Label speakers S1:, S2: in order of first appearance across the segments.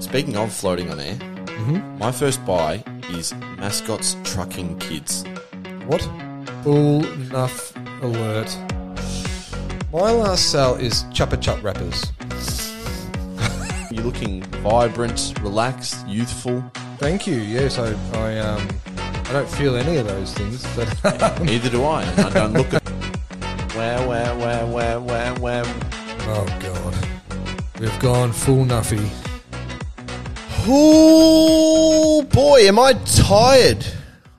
S1: Speaking of floating on air,
S2: Mm-hmm.
S1: my first buy is Mascots Trucking Kids.
S2: What? Bull nuff alert. My last sale is Chupa Chup wrappers.
S1: You're looking vibrant, relaxed, youthful.
S2: Thank you. Yes, I, I, um, I don't feel any of those things, but
S1: Neither do I. and I don't look at. Wow, wow, wow, wow, wow, wow.
S2: oh god, we've gone full nuffy.
S1: Oh boy, am I tired?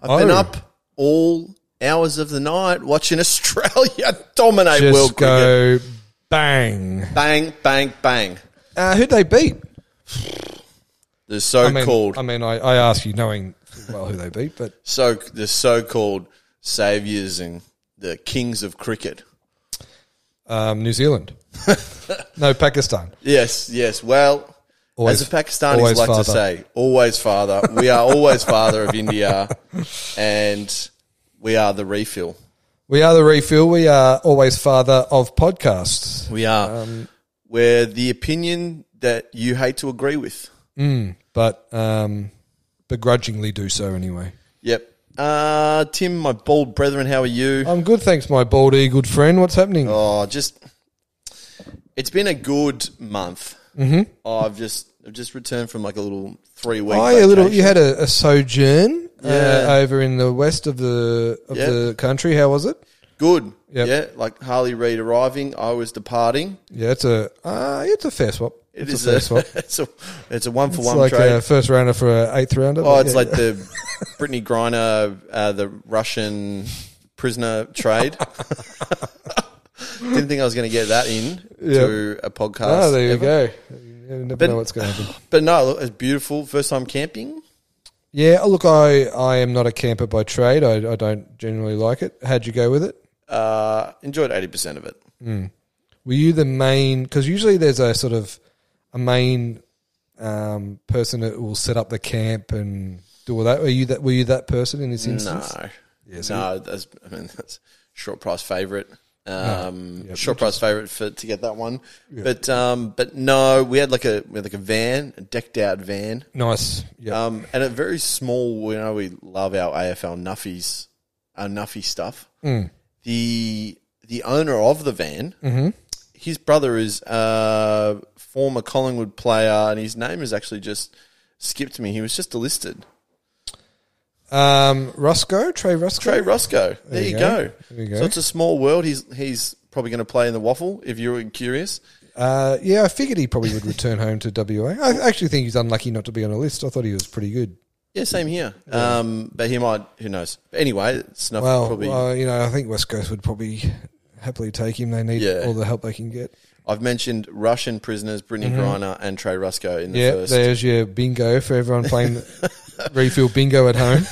S1: I've been
S2: Oh.
S1: up all hours of the night watching Australia dominate
S2: Just
S1: world cricket.
S2: go bang.
S1: Bang, bang, bang.
S2: Uh, who'd they beat?
S1: The
S2: I mean,
S1: so-called,
S2: I mean, I, I ask you knowing well who they beat, but
S1: so the so-called saviors and the kings of cricket.
S2: um, New Zealand, no Pakistan.
S1: Yes, yes. Well,
S2: Always-
S1: as the Pakistanis
S2: always
S1: like to
S2: father.
S1: say, always father. We are always father of India, and we are the refill.
S2: We are the refill. We are always father of podcasts,
S1: We are.
S2: Um,
S1: we're the opinion that you hate to agree with.
S2: but um, begrudgingly do so anyway.
S1: Yep. Uh, Tim, my bald brethren, how are you?
S2: I'm good, thanks, my bald eagled friend. What's happening?
S1: Oh, just it's been a good month. Mm-hmm. I've just I've just returned from like a little three week.
S2: Oh, yeah, little. You had a, a sojourn
S1: Yeah.
S2: uh, over in the west of the of
S1: Yeah.
S2: the country. How was it?
S1: good.
S2: Yep.
S1: Yeah, like Harley Reid arriving, I was departing.
S2: Yeah, it's a uh, it's a fair swap.
S1: It
S2: it's
S1: is
S2: a fair swap.
S1: a, it's a it's a one for
S2: It's
S1: one
S2: like
S1: trade.
S2: a first rounder for an eighth rounder.
S1: oh,
S2: but
S1: it's
S2: yeah.
S1: like the Brittany Griner, uh, the Russian prisoner trade. Didn't think I was going to get that in to a podcast.
S2: Oh, there you
S1: ever.
S2: go. You never
S1: But-
S2: know what's going to happen.
S1: But no, look, it's beautiful. First time camping.
S2: Yeah, oh, look, I, I am not a camper by trade. I, I don't generally like it. How'd you go with it?
S1: Uh, enjoyed eighty percent of it.
S2: Were you the main? Because usually there's a sort of a main um, person that will set up the camp and do all that. Were you that? Were you that person in this instance?
S1: No, no, that's I mean that's short price favorite.
S2: Ah,
S1: Um, short price favorite for to get that one. But um, but no, we had like a we had like a van, a decked out van.
S2: Nice. Yeah.
S1: Um, and a very small, you know, we love our AFL Nuffies, our Nuffy stuff.
S2: Mm.
S1: The the owner of the van,
S2: Mm-hmm.
S1: his brother is a former Collingwood player, and his name has actually just skipped me. He was just delisted.
S2: Um, Roscoe, Trey Roscoe.
S1: Trey Roscoe. There, you
S2: you
S1: go.
S2: go. There you
S1: So
S2: go.
S1: it's a small world. He's he's probably going to play in the waffle if you're curious.
S2: Uh, yeah, I figured he probably would return home to WA. I actually think he's unlucky not to be on a list. I thought he was pretty good.
S1: Yeah, same here. Um, but he might. Who knows? But anyway, it's not
S2: Well,
S1: probably.
S2: uh, you know, I think West Coast would probably happily take him. They need
S1: Yeah.
S2: all the help they can get.
S1: I've mentioned Russian prisoners, Brittany Griner and Trey Rusco in the
S2: Mm-hmm. Yeah,
S1: first.
S2: there's your bingo for everyone playing refill bingo at home.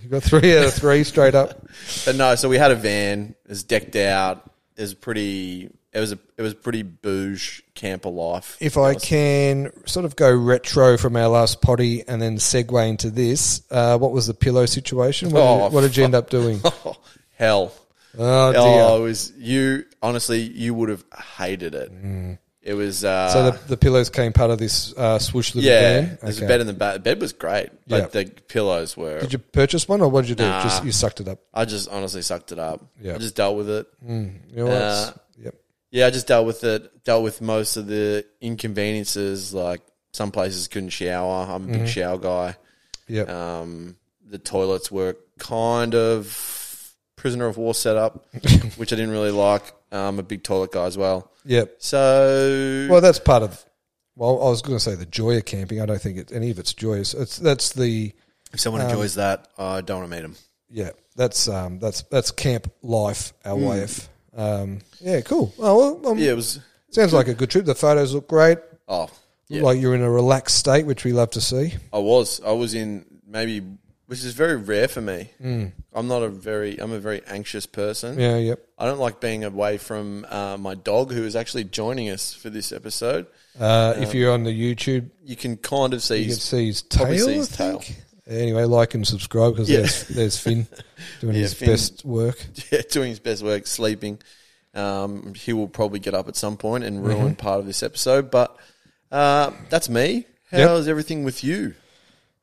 S2: You've got three out of three straight up.
S1: But no, so we had a van. It was decked out. It was pretty. It was a. It was pretty bouge camper life.
S2: If I can sort of go retro from our last potty and then segue into this, uh, what was the pillow situation? What,
S1: Oh,
S2: did, what did you end up doing?
S1: hell,
S2: Oh, dear.
S1: oh, it was you. Honestly, you would have hated it. It was. Uh,
S2: Mm. so the, the pillows came part of this uh, swoosh little
S1: yeah,
S2: van.
S1: it was
S2: Okay.
S1: a bed in the bed. The bed was great, but
S2: Yeah.
S1: the pillows were.
S2: Did you purchase one or what did you do? Just you sucked it up.
S1: I just honestly sucked it up.
S2: Yeah.
S1: I just dealt with it.
S2: You know what?
S1: Uh,
S2: It's- yep.
S1: Yeah, I just dealt with it. Dealt with most of the inconveniences. Like some places couldn't shower. I'm a big shower guy.
S2: Yep.
S1: Um, the toilets were kind of prisoner of war setup, which I didn't really like. Um, I'm a big toilet guy as well.
S2: yep.
S1: So
S2: Well, that's part of. Well, I was going to say the joy of camping. I don't think it, any of it's joyous. It's that's the
S1: if someone enjoys that, I don't want to meet them.
S2: yeah. That's um that's that's camp life. Our
S1: Hmm.
S2: life. Um yeah. Cool. Oh well. Um,
S1: Yeah, it was.
S2: Sounds like a good trip. The photos look great.
S1: Oh, yeah.
S2: Like you're in a relaxed state, which we love to see.
S1: I was. I was in maybe, which is very rare for me. I'm not a very. I'm a very anxious person.
S2: Yeah. Yep.
S1: I don't like being away from uh, my dog, who is actually joining us for this episode.
S2: Uh,
S1: Um,
S2: if you're on the YouTube,
S1: You can kind of see.
S2: you can
S1: his-
S2: see his tail.
S1: probably see his
S2: I
S1: tail.
S2: think. Anyway, like and subscribe because
S1: Yeah.
S2: there's there's Finn doing his
S1: Finn.
S2: best work.
S1: yeah, doing his best work, sleeping. Um,
S2: Mm-hmm.
S1: he will probably get up at some point and ruin part of this episode, but uh, that's me. How is
S2: Yep.
S1: everything with you?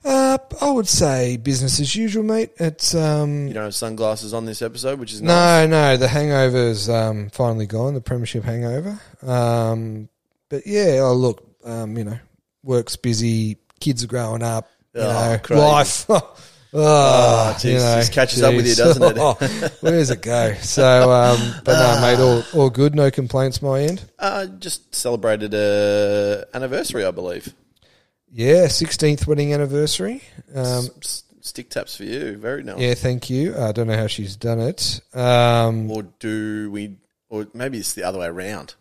S2: Uh, I would say business as usual, mate. It's um,
S1: You don't have sunglasses on this episode, which is
S2: no,
S1: nice.
S2: no. The hangover's um, finally gone. The premiership hangover. Um, but yeah, oh, look, um, you know, work's busy. Kids are growing up. You
S1: Oh,
S2: know,
S1: crazy.
S2: life. Oh,
S1: geez, just catches up with you, doesn't it? Ah.
S2: it? Where does it go? So, um, but no, mate, all, all good. No complaints, my end.
S1: Uh, just celebrated a anniversary, I believe.
S2: Yeah, sixteenth wedding anniversary. Um,
S1: S- s- stick taps for you. Very nice.
S2: yeah, thank you. I don't know how she's done it. Um,
S1: Or do we? Or maybe it's the other way around.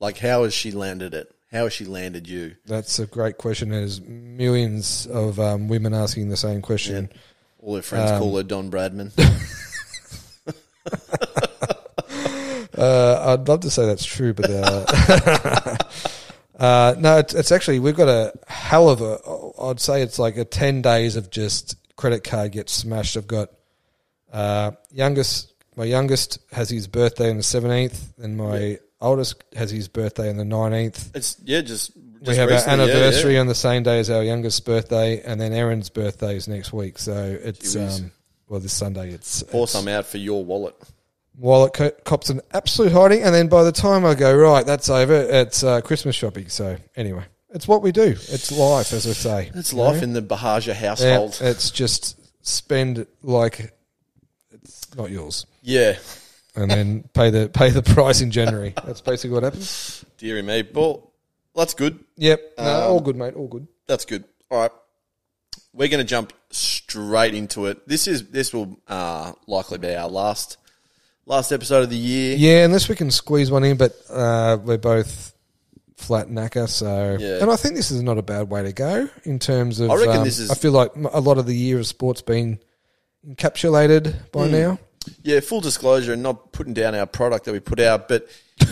S1: Like, how has she landed it? How has she landed you?
S2: That's a great question. There's millions of um, women asking the same question.
S1: All her
S2: Um,
S1: friends call her Don Bradman.
S2: Uh, I'd love to say that's true, but uh, uh, no, it's, it's actually we've got a hell of a. I'd say it's like a ten days of just credit card gets smashed. I've got uh, youngest. My youngest has his birthday on the seventeenth, and my oldest has his birthday on the nineteenth.
S1: it's yeah, just, just
S2: we have
S1: recently,
S2: our
S1: yeah,
S2: anniversary
S1: yeah.
S2: on the same day as our youngest birthday, and then Aaron's birthday is next week. So it's
S1: Jeez.
S2: um, well this Sunday. It's,
S1: Pour
S2: it's
S1: some out for your wallet.
S2: wallet co- cops an absolute hiding, and then by the time I go right, that's over. It's uh, Christmas shopping. So anyway, it's what we do. It's life, as I say.
S1: It's
S2: you know?
S1: life in the Bahaja
S2: Yeah,
S1: household.
S2: It's just spend like it's not yours,
S1: yeah.
S2: and then pay the pay the price in January. That's basically what happens.
S1: Deary me. Well, that's good.
S2: Yep, no, all good, mate. All good.
S1: That's good. All right. We're going to jump straight into it. This is this will uh, likely be our last last episode of the year.
S2: Yeah, unless we can squeeze one in, but uh, we're both flat knacker, so
S1: Yeah.
S2: and I think this is not a bad way to go in terms of.
S1: I reckon
S2: um,
S1: this is-
S2: I feel like m- a lot of the year of sport's been encapsulated
S1: Hmm.
S2: by now.
S1: Yeah, full disclosure and not putting down our product that we put out, but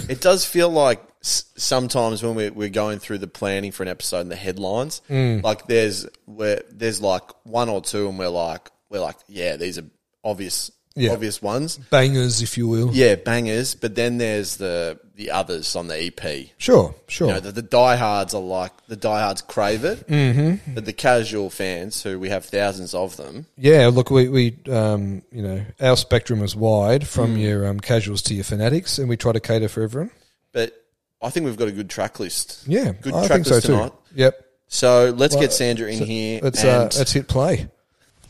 S1: it does feel like s- sometimes when we're, we're going through the planning for an episode and the headlines,
S2: Mm.
S1: like there's where there's like one or two, and we're like we're like yeah, these are obvious
S2: Yeah.
S1: obvious ones.
S2: Bangers, if you will.
S1: Yeah, bangers. But then there's the the others on the EP.
S2: Sure, sure.
S1: You know, the, the diehards are like the diehards crave it, mm-hmm. but the casual fans who we have thousands of them.
S2: yeah, look, we, we um, you know our spectrum is wide from
S1: Hmm.
S2: your um, casuals to your fanatics, and we try to cater for everyone.
S1: But I think we've got a good track list.
S2: Yeah,
S1: good
S2: I
S1: track
S2: think so
S1: list
S2: too.
S1: tonight.
S2: Yep,
S1: So let's get Sandra in here.
S2: let's
S1: and
S2: uh, let's hit play.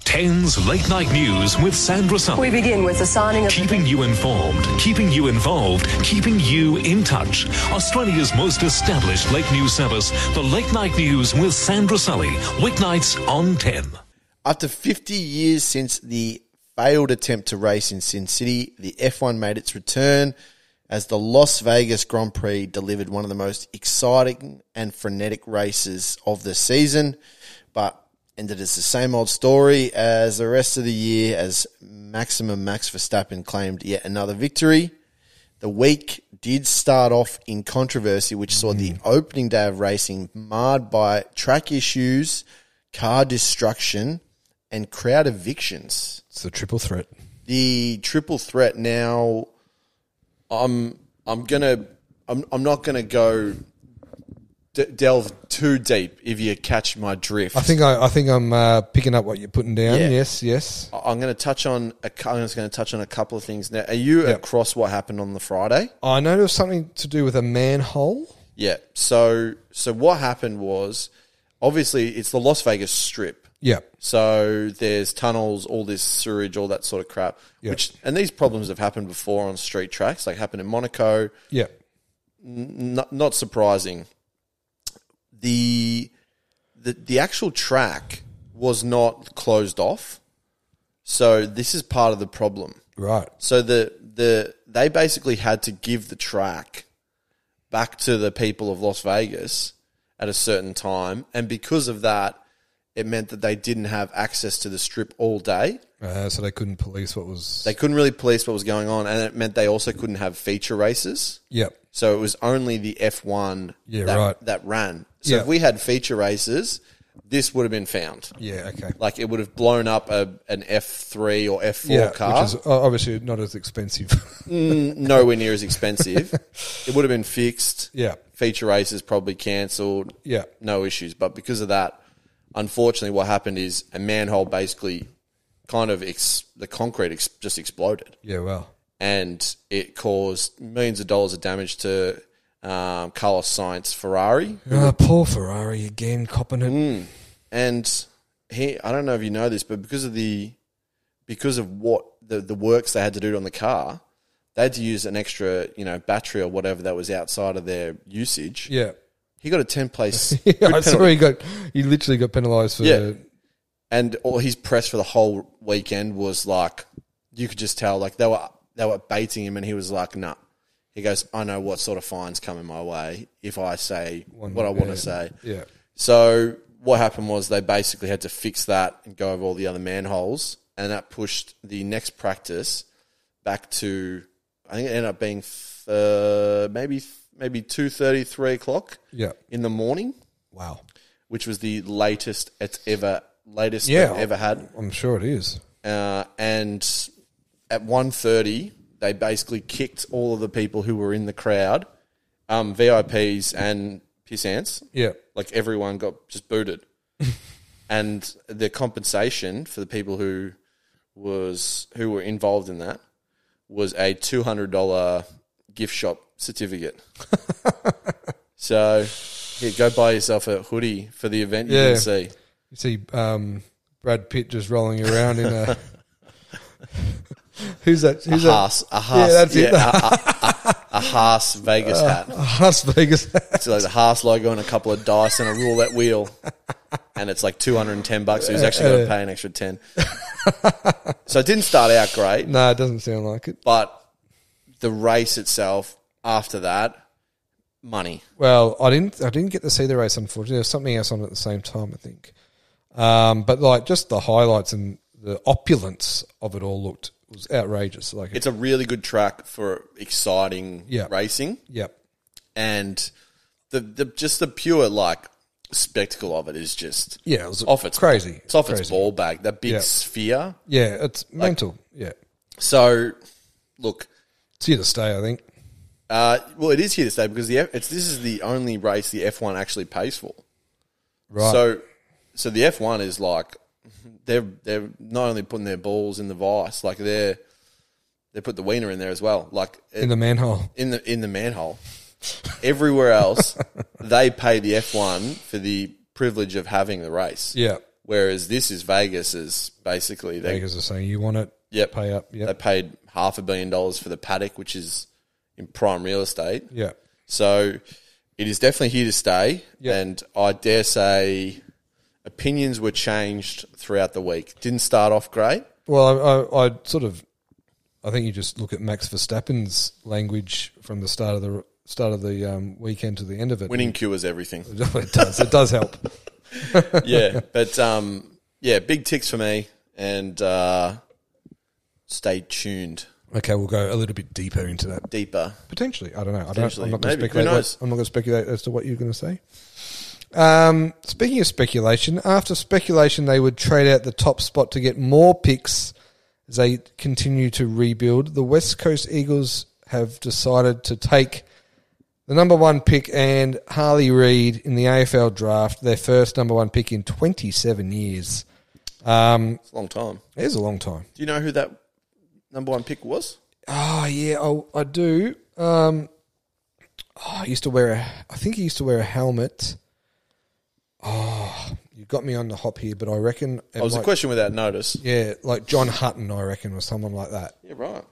S3: 10's Late Night News with Sandra Sun.
S4: We begin with the signing of the
S3: Keeping you informed, keeping you involved, keeping you in touch. Australia's most established late news service, the Late Night News with Sandra Sully. Weeknights on 10.
S1: after 50 years since the failed attempt to race in Sin City, the F1 made its return as the Las Vegas Grand Prix delivered one of the most exciting and frenetic races of the season, but ended as the same old story as the rest of the year as maximum Max Verstappen claimed yet another victory. The week did start off in controversy, which saw the
S2: Mm.
S1: opening day of racing marred by track issues, car destruction, and crowd evictions.
S2: It's the triple threat.
S1: The triple threat. Now, I'm I'm gonna I'm I'm not gonna go d- delve too deep. If you catch my drift,
S2: I think I, I think I'm uh, picking up what you're putting down.
S1: Yeah.
S2: Yes, yes.
S1: I- I'm going to touch on. A, cou- I'm just going to touch on a couple of things now. Are you across what happened on the Friday?
S2: I know there was something to do with a manhole.
S1: Yeah. So so what happened was obviously it's the Las Vegas strip.
S2: Yeah.
S1: So there's tunnels, all this sewage, all that sort of crap.
S2: Yeah.
S1: Which and these problems have happened before on street tracks, like happened in Monaco.
S2: Yeah.
S1: Not, not surprising. The the the actual track was not closed off. So this is part of the problem.
S2: Right.
S1: So the the they basically had to give the track back to the people of Las Vegas at a certain time, and because of that, it meant that they didn't have access to the strip all day.
S2: Uh, so they couldn't police what was.
S1: They couldn't really police what was going on, and it meant they also couldn't have feature races.
S2: yeah.
S1: So it was only the F one
S2: Yeah,
S1: that,
S2: right.
S1: that ran. So
S2: Yeah.
S1: if we had feature races, this would have been found.
S2: Yeah. Okay.
S1: Like it would have blown up a, an F three or F four
S2: yeah,
S1: car,
S2: which is o- obviously not as expensive.
S1: nowhere near as expensive. it would have been fixed.
S2: yeah.
S1: feature race is probably cancelled.
S2: Yeah.
S1: no issues. But because of that, unfortunately, what happened is a manhole basically kind of ex- the concrete ex- just exploded,
S2: Yeah, well,
S1: and it caused millions of dollars of damage to um, Carlos Sainz Ferrari,
S2: oh, poor Ferrari again, copping it.
S1: Mm. and he. I don't know if you know this, but because of the because of what the the works they had to do on the car. They had to use an extra, you know, battery or whatever that was outside of their usage.
S2: Yeah,
S1: He got a ten place,
S2: I saw he got he literally got penalised for.
S1: Yeah. and all his press for the whole weekend was like, you could just tell, like they were they were baiting him, and he was like, nah. He goes, I know what sort of fines coming my way if I say what I want to say.
S2: yeah.
S1: So what happened was they basically had to fix that and go over all the other manholes, and that pushed the next practice back to I think it ended up being uh, maybe maybe two thirty three o'clock
S2: Yeah.
S1: in the morning
S2: Wow.
S1: which was the latest it's ever latest
S2: Yeah.
S1: they've ever had.
S2: I'm sure it is.
S1: Uh, and at 1.30, they basically kicked all of the people who were in the crowd, um, VIPs and pissants.
S2: Yeah.
S1: Like everyone got just booted. and the compensation for the people who was who were involved in that was a two hundred dollar gift shop certificate. so yeah, go buy yourself a hoodie for the event you
S2: Yeah.
S1: can see.
S2: You see um, Brad Pitt just rolling around in a. who's that? Who's that?
S1: Haas, a Haas, yeah,
S2: that's it. Uh,
S1: a, a- a- a Haas Vegas hat.
S2: Las Vegas.
S1: It's like the Haas logo and a couple of dice and a roulette wheel, and it's like two hundred and ten bucks. So he's actually going to pay an extra ten. so it didn't start out great.
S2: no, it doesn't sound like it.
S1: but the race itself after that, money.
S2: Well, I didn't. I didn't get to see the race. Unfortunately, there was something else on at the same time. I think, um, but like just the highlights and the opulence of it all looked was outrageous. Like,
S1: It's a really good track for exciting
S2: Yeah.
S1: racing
S2: yep,
S1: and the, the just the pure like spectacle of it is just
S2: yeah, it was
S1: off its
S2: crazy.
S1: It's off its
S2: Crazy.
S1: ball bag, that big
S2: Yeah.
S1: sphere.
S2: Yeah, it's mental. Yeah,
S1: So look,
S2: it's here to stay. I think.
S1: uh, well, it is here to stay because the F, it's this is the only race the F one actually pays for.
S2: Right.
S1: So, so the F one is like they're they're not only putting their balls in the vice, like they're they put the wiener in there as well, like it-
S2: in the manhole.
S1: in the in the manhole. Everywhere else, they pay the F one for the privilege of having the race.
S2: Yeah,
S1: Whereas this is Vegas is basically they
S2: Vegas are saying you want it.
S1: Yep.
S2: pay up. Yep,
S1: they paid half a billion dollars for the paddock, which is in prime real estate.
S2: yeah.
S1: So it is definitely here to stay.
S2: Yeah.
S1: And I dare say opinions were changed throughout the week. Didn't start off great.
S2: Well, I, I, I sort of, I think you just look at Max Verstappen's language from the start of the start of the um, weekend to the end of it.
S1: Winning cures everything.
S2: it does. It does help.
S1: yeah. But um, yeah, big ticks for me. And uh, stay tuned
S2: Okay, we'll go a little bit deeper into that
S1: deeper.
S2: potentially. I don't know. I don't.
S1: Potentially.
S2: I'm not going to
S1: Maybe. Who
S2: speculate. what-
S1: knows?
S2: I'm not going to speculate as to what you're going to say. Um, speaking of speculation, after speculation, they would trade out the top spot to get more picks as they continue to rebuild. The West Coast Eagles have decided to take the number one pick and Harley Reid in the AFL draft, their first number one pick in 27 years.
S1: It's a long time.
S2: It is a long time.
S1: Do you know who that number one pick was?
S2: Oh yeah, I, I do. Um, oh, I used to wear a. I think he used to wear a helmet. Oh, you got me on the hop here, but I reckon it
S1: It was
S2: might-
S1: a question without notice.
S2: Yeah, like John Hutton, I reckon, or someone like that.
S1: Yeah, right.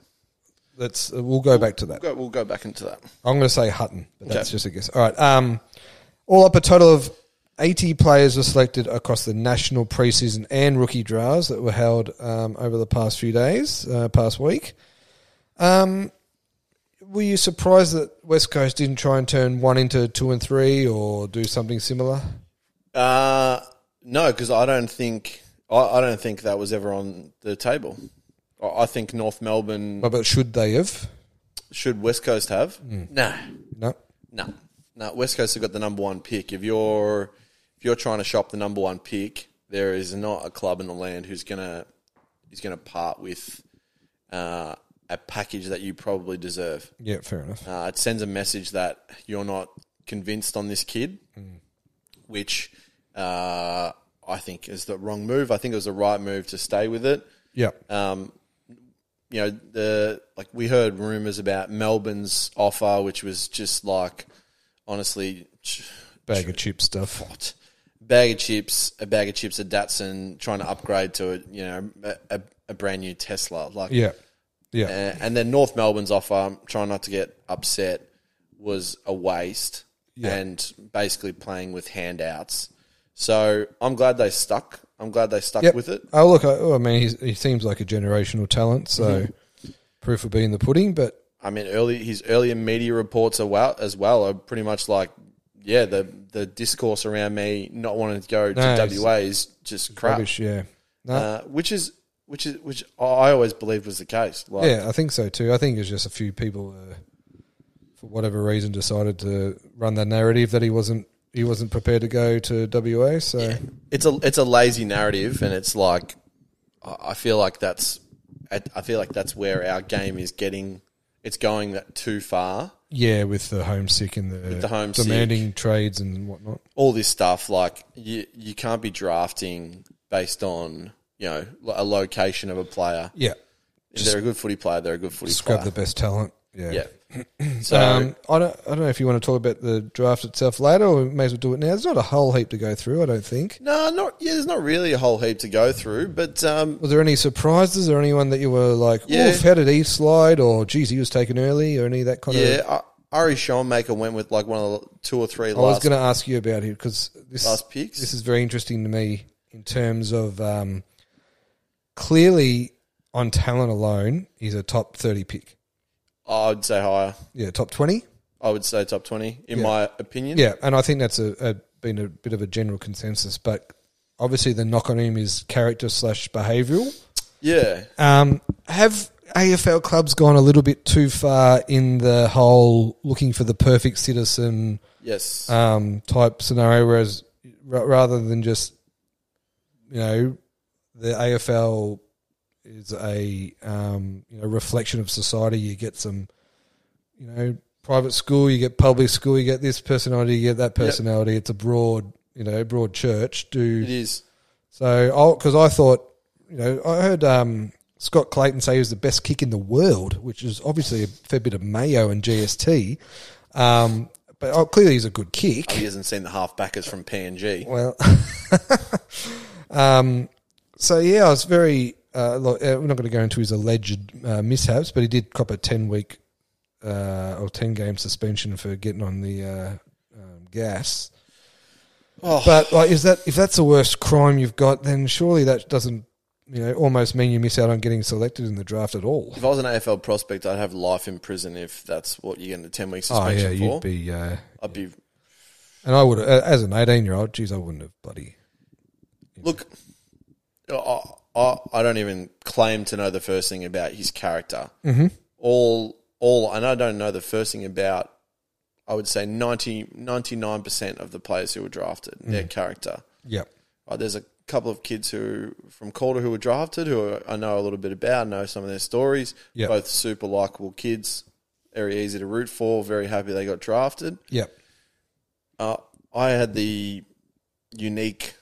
S2: Let's. uh, We'll go back to that.
S1: We'll go, we'll go back into that.
S2: I'm going to say Hutton, but that's
S1: Okay.
S2: just a guess. All right. Um, all up, a total of 80 players were selected across the national preseason and rookie drafts that were held um, over the past few days, uh, past week. Um, were you surprised that West Coast didn't try and turn one into two and three or do something similar?
S1: Uh, no, because I don't think I, I don't think that was ever on the table. I, I think North Melbourne
S2: But, but should they have?
S1: should West Coast have? No,
S2: No.
S1: no, no. West Coast have got the number one pick. If you're if you're trying to shop the number one pick, there is not a club in the land who's gonna is gonna part with uh, a package that you probably deserve.
S2: Yeah, fair enough.
S1: Uh, it sends a message that you're not convinced on this kid, which uh, I think is the wrong move. I think it was the right move to stay with it.
S2: Yep.
S1: You know, the like we heard rumors about Melbourne's offer, which was just like honestly.
S2: Bag of chip stuff.
S1: what? Bag of chips, a bag of chips, a Datsun, trying to upgrade to a you know a, a, a brand new Tesla. Like
S2: Yeah. Yeah.
S1: Uh, and then North Melbourne's offer, um, trying not to get upset, was a waste and basically playing with handouts. So I'm glad they stuck. I'm glad they stuck
S2: Yep.
S1: with it.
S2: Oh, look, I, oh, I mean, he's, he seems like a generational talent, so
S1: Mm-hmm.
S2: proof will be in the pudding, but
S1: I mean, early his earlier media reports are well, as well are pretty much like, yeah, the the discourse around me not wanting to go
S2: No,
S1: to
S2: it's-
S1: WA is just crap,
S2: rubbish, yeah. No,
S1: uh, which is which is which I always believed was the case. Like,
S2: yeah, I think so too. I think it's just a few people, uh, for whatever reason, decided to run that narrative that he wasn't he wasn't prepared to go to WA. So
S1: it's a it's a lazy narrative, and it's like I I feel like that's I I feel like that's where our game is getting it's going that too far.
S2: yeah, with the homesick and the,
S1: the homesick.
S2: demanding trades and whatnot.
S1: All this stuff like you you can't be drafting based on you know lo- a location of a player.
S2: Yeah,
S1: If they're a good footy player. They're a good footy
S2: just
S1: player.
S2: grab the best talent. Yeah.
S1: Ah. yeah. So
S2: Um, I don't. I don't know if you want to talk about the draft itself later, or we may as well do it now. There's not a whole heap to go through. I don't think.
S1: no, not yeah. There's not really a whole heap to go through, but um,
S2: Was there any surprises or anyone that you were like,
S1: Yeah.
S2: "Oof, how did he slide?" Or "Geez, he was taken early," or any of that kind of.
S1: yeah, uh, Ari Schoenmaker went with like one of the two or three
S2: I was
S1: last
S2: going to ask you about it because this
S1: last picks.
S2: this is very interesting to me in terms of um, clearly on talent alone, he's a top thirty pick.
S1: I would say higher.
S2: Yeah, top twenty.
S1: I would say top twenty in my opinion.
S2: Yeah, and I think that's a, a been a bit of a general consensus, but obviously the knock on him is character slash behavioural.
S1: yeah.
S2: Um, have AFL clubs gone a little bit too far in the whole looking for the perfect citizen
S1: Yes.
S2: um, type scenario, whereas ra- rather than just you know the AFL is a um, you know reflection of society. You get some you know private school, you get public school, you get this personality, you get that personality. It's a broad you know broad church.
S1: it
S2: Do
S1: is.
S2: so because I thought you know I heard. Um, Scott Clayton say he was the best kick in the world, which is obviously a fair bit of mayo and GST, um, but oh, clearly he's a good kick.
S1: He hasn't seen the halfbackers from PNG.
S2: Well, um, so yeah, I was very. Uh, look, uh, we're not going to go into his alleged uh, mishaps, but he did cop a ten week uh, or ten game suspension for getting on the uh, um, gas.
S1: Oh.
S2: But like, is that if that's the worst crime you've got, then surely that doesn't, you know, almost mean you miss out on getting selected in the draft at all.
S1: If I was an AFL prospect, I'd have life in prison if that's what you're getting a 10 week
S2: Oh yeah,
S1: suspension for.
S2: you'd be. Uh,
S1: I'd be.
S2: and I would, uh, as an eighteen year old, geez, I wouldn't have bloody.
S1: Look, I, I, I don't even claim to know the first thing about his character. Mm-hmm. All, all, and I don't know the first thing about, I would say 90, 99% of the players who were drafted, their
S2: Mm.
S1: character.
S2: Yep.
S1: Right, there's a couple of kids who from Calder who were drafted who I know a little bit about, know some of their stories.
S2: Yeah.
S1: Both super likable kids, very easy to root for. Very happy they got drafted.
S2: Yep.
S1: Uh, I had the unique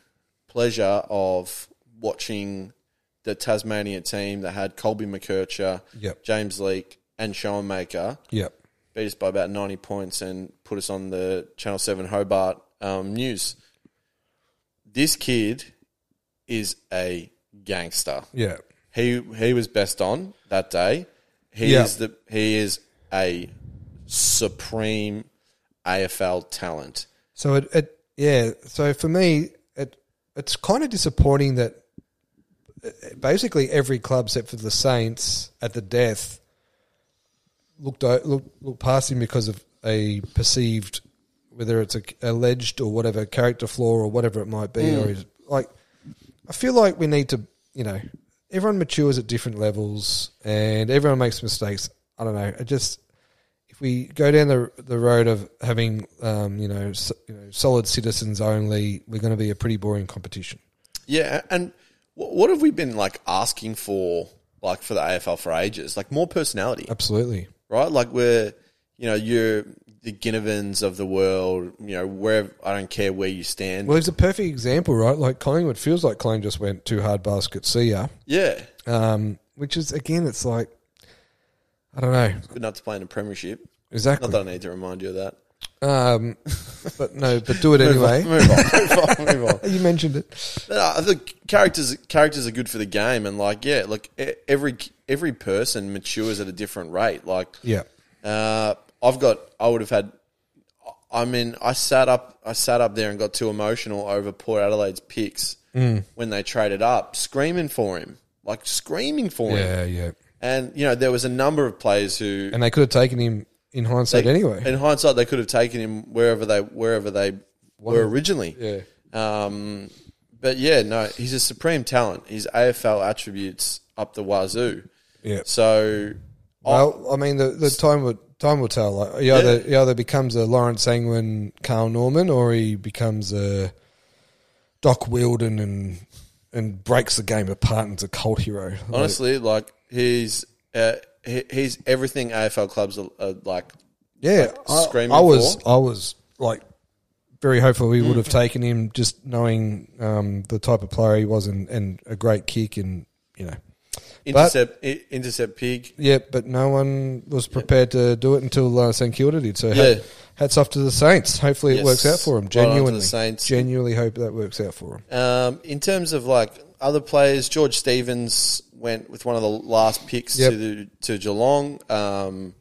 S1: pleasure of watching the Tasmania team that had Colby McKercher,
S2: Yep.
S1: James Leake, and Sean Maker
S2: Yep.
S1: beat us by about 90 points and put us on the Channel 7 Hobart um, news. This kid is a gangster.
S2: Yeah.
S1: He he was best on that day. He
S2: Yeah.
S1: is the he is a supreme AFL talent.
S2: So it, it yeah. So for me, it it's kind of disappointing that uh, basically every club except for the Saints at the death looked o- looked, looked past him because of a perceived whether it's a alleged or whatever character flaw or whatever it might be or is like I feel like we need to you know everyone matures at different levels and everyone makes mistakes I don't know I just if we go down the the road of having um, you know s you know solid citizens only we're going to be a pretty boring competition
S1: Yeah, and wh- what have we been like asking for like for the AFL for ages? Like more personality.
S2: absolutely
S1: right? Like where you know you're the Ginnivans of the world, you know, wherever I don't care where you stand.
S2: Well, he's a perfect example, right? Like Collingwood feels like Collingwood just went too hard basket. See ya.
S1: yeah,
S2: Um, which is again, it's like I don't know
S1: good enough to play in the premiership. Not
S2: exactly.
S1: that I need to remind you of that.
S2: Um, but no, but do it
S1: Move on,
S2: anyway.
S1: move on, move on, move on.
S2: You mentioned it.
S1: But, uh, I think characters characters are good for the game, and like yeah, look, e- every every person matures at a different rate. Like
S2: Yeah.
S1: Uh, I've got. I would have had. I mean, I sat up. I sat up there and got too emotional over Port Adelaide's picks when they traded up, screaming for him, like screaming for him.
S2: Yeah, yeah.
S1: And you know, there was a number of players who,
S2: And they could have taken him in hindsight anyway.
S1: in hindsight, they could have taken him wherever they wherever they were originally.
S2: yeah.
S1: Um, but yeah, no, he's a supreme talent. His AFL attributes up the wazoo.
S2: Yeah.
S1: So
S2: Well,
S1: Oh.
S2: I mean, the, the time would time will tell. Like, he either he either becomes a Lawrence Angwin, Carl Norman, or he becomes a Doc Wilden and and breaks the game apart and's a cult hero. Like,
S1: Honestly, like he's uh, he, he's everything AFL clubs are, are like.
S2: yeah, I,
S1: screaming
S2: I was
S1: for.
S2: I was like very hopeful we
S1: Mm.
S2: would have taken him, just knowing um, the type of player he was and, and a great kick and you know.
S1: Intercept, i- intercept pig.
S2: Yeah, but no one was prepared to do it until uh, St Kilda did. So
S1: Yeah.
S2: hats off to the Saints. Hopefully it
S1: Yes.
S2: works out for them.
S1: Right on to the
S2: Genuinely,
S1: Saints.
S2: genuinely hope that works out for them.
S1: Um, in terms of like other players, George Stevens went with one of the last picks
S2: Yep.
S1: to the, to Geelong. Um,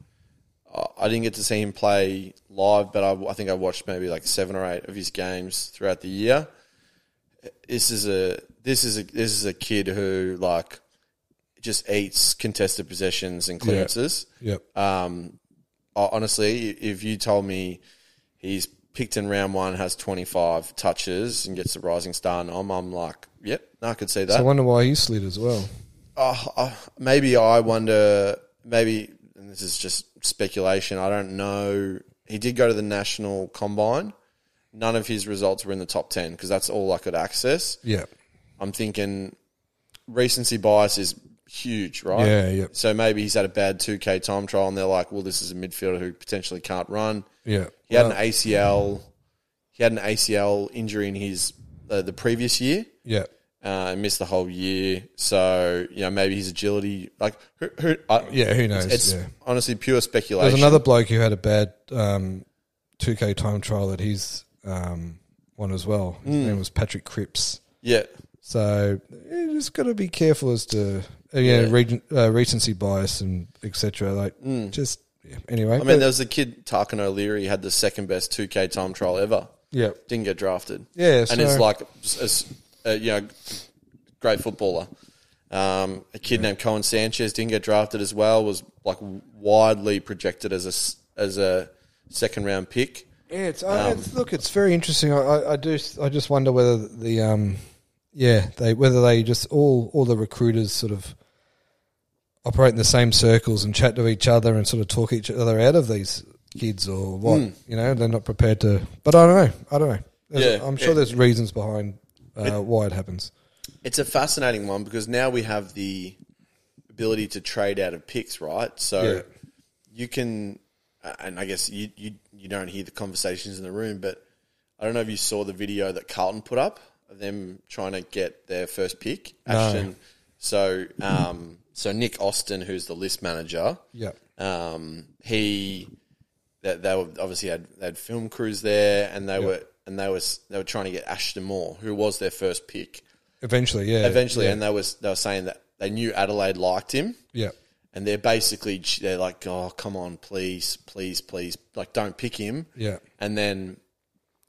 S1: I- I didn't get to see him play live, but I, I think I watched maybe like seven or eight of his games throughout the year. This is a this is a this is a kid who like just eats contested possessions and clearances.
S2: Yep.
S1: Um, I- honestly, if you told me he's picked in round one, has 25 touches, and gets the Rising Star nom, I'm like, yep, no, I could see that.
S2: I wonder why he slid as well.
S1: Oh, oh, maybe I wonder, maybe, and this is just speculation, I don't know. He did go to the national combine. None of his results were in the top 10 because that's all I could access.
S2: Yeah.
S1: I'm thinking recency bias is huge, right?
S2: Yeah, yeah.
S1: So maybe he's had a bad 2K time trial and they're like, well, this is a midfielder who potentially can't run.
S2: Yeah. Uh,
S1: He had an ACL. He had an ACL injury in his uh, the previous year
S2: Yeah.
S1: uh, and missed the whole year. So you know maybe his agility, like who, who, I,
S2: Yeah, who knows?
S1: it's
S2: Oh, yeah.
S1: honestly pure speculation.
S2: There's another bloke who had a bad um, 2K time trial that he's um, won as well. His
S1: Hmm.
S2: name was Patrick Cripps.
S1: yeah,
S2: So you just got to be careful as to uh, you know, regen- uh, recency bias and etc. Like just yeah. anyway.
S1: Hmm. I mean there was a kid Tarkin O'Leary had the second best two K time trial ever.
S2: yeah,
S1: Didn't get drafted.
S2: Yeah,
S1: and is
S2: so-
S1: like a, a, you know great footballer. Um, a kid named Cohen Sanchez didn't get drafted as well. Was like widely projected as a s- as a second round pick.
S2: yeah. It's, I
S1: Um,
S2: it's look, it's very interesting. I, I, I do. I just wonder whether the um, yeah, they whether they just all all the recruiters sort of operate in the same circles and chat to each other and sort of talk each other out of these kids or what
S1: Hmm.
S2: you know. They're not prepared to, but I don't know. I don't know. There's-
S1: Yeah.
S2: I'm sure there's reasons behind uh, why it happens.
S1: It's a fascinating one because now we have the ability to trade out of picks, right? So
S2: Yeah.
S1: you can, and I guess you, you you don't hear the conversations in the room, but I don't know if you saw the video that Carlton put up of them trying to get their first pick, Ashton. So um, so Nick Austin, who's the list manager,
S2: Yeah.
S1: um, he that they were obviously had they had film crews there, and they were and they was they were trying to get Ashton Moore, who was their first pick
S2: Eventually, yeah.
S1: eventually, and they was they were saying that they knew Adelaide liked him,
S2: Yeah.
S1: and they're basically they're like, oh come on, please, please, please, like don't pick him.
S2: Yeah.
S1: And then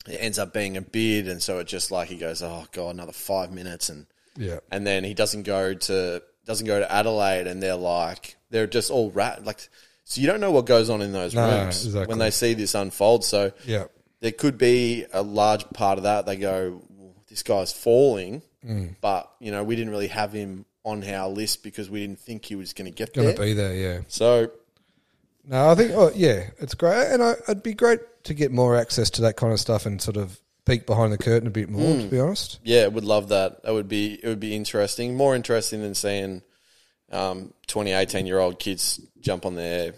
S1: it ends up being a bid, and so it just like he goes, oh god, another five minutes, and
S2: Yeah.
S1: and then he doesn't go to doesn't go to Adelaide, and they're like they're just all rat like. So you don't know what goes on in those
S2: No,
S1: rooms
S2: exactly.
S1: when they see this unfold. So
S2: Yeah.
S1: there could be a large part of that. They go, well, this guy's falling,
S2: Mm.
S1: but you know we didn't really have him on our list because we didn't think he was going to get
S2: Gonna
S1: there.
S2: be there, yeah.
S1: So
S2: No, I think, oh, yeah, it's great. And I, it'd be great to get more access to that kind of stuff and sort of peek behind the curtain a bit more,
S1: Hmm.
S2: to be honest.
S1: yeah, would love that. That would be it. Would be interesting, more interesting than seeing um, 20, 18 year old kids jump on their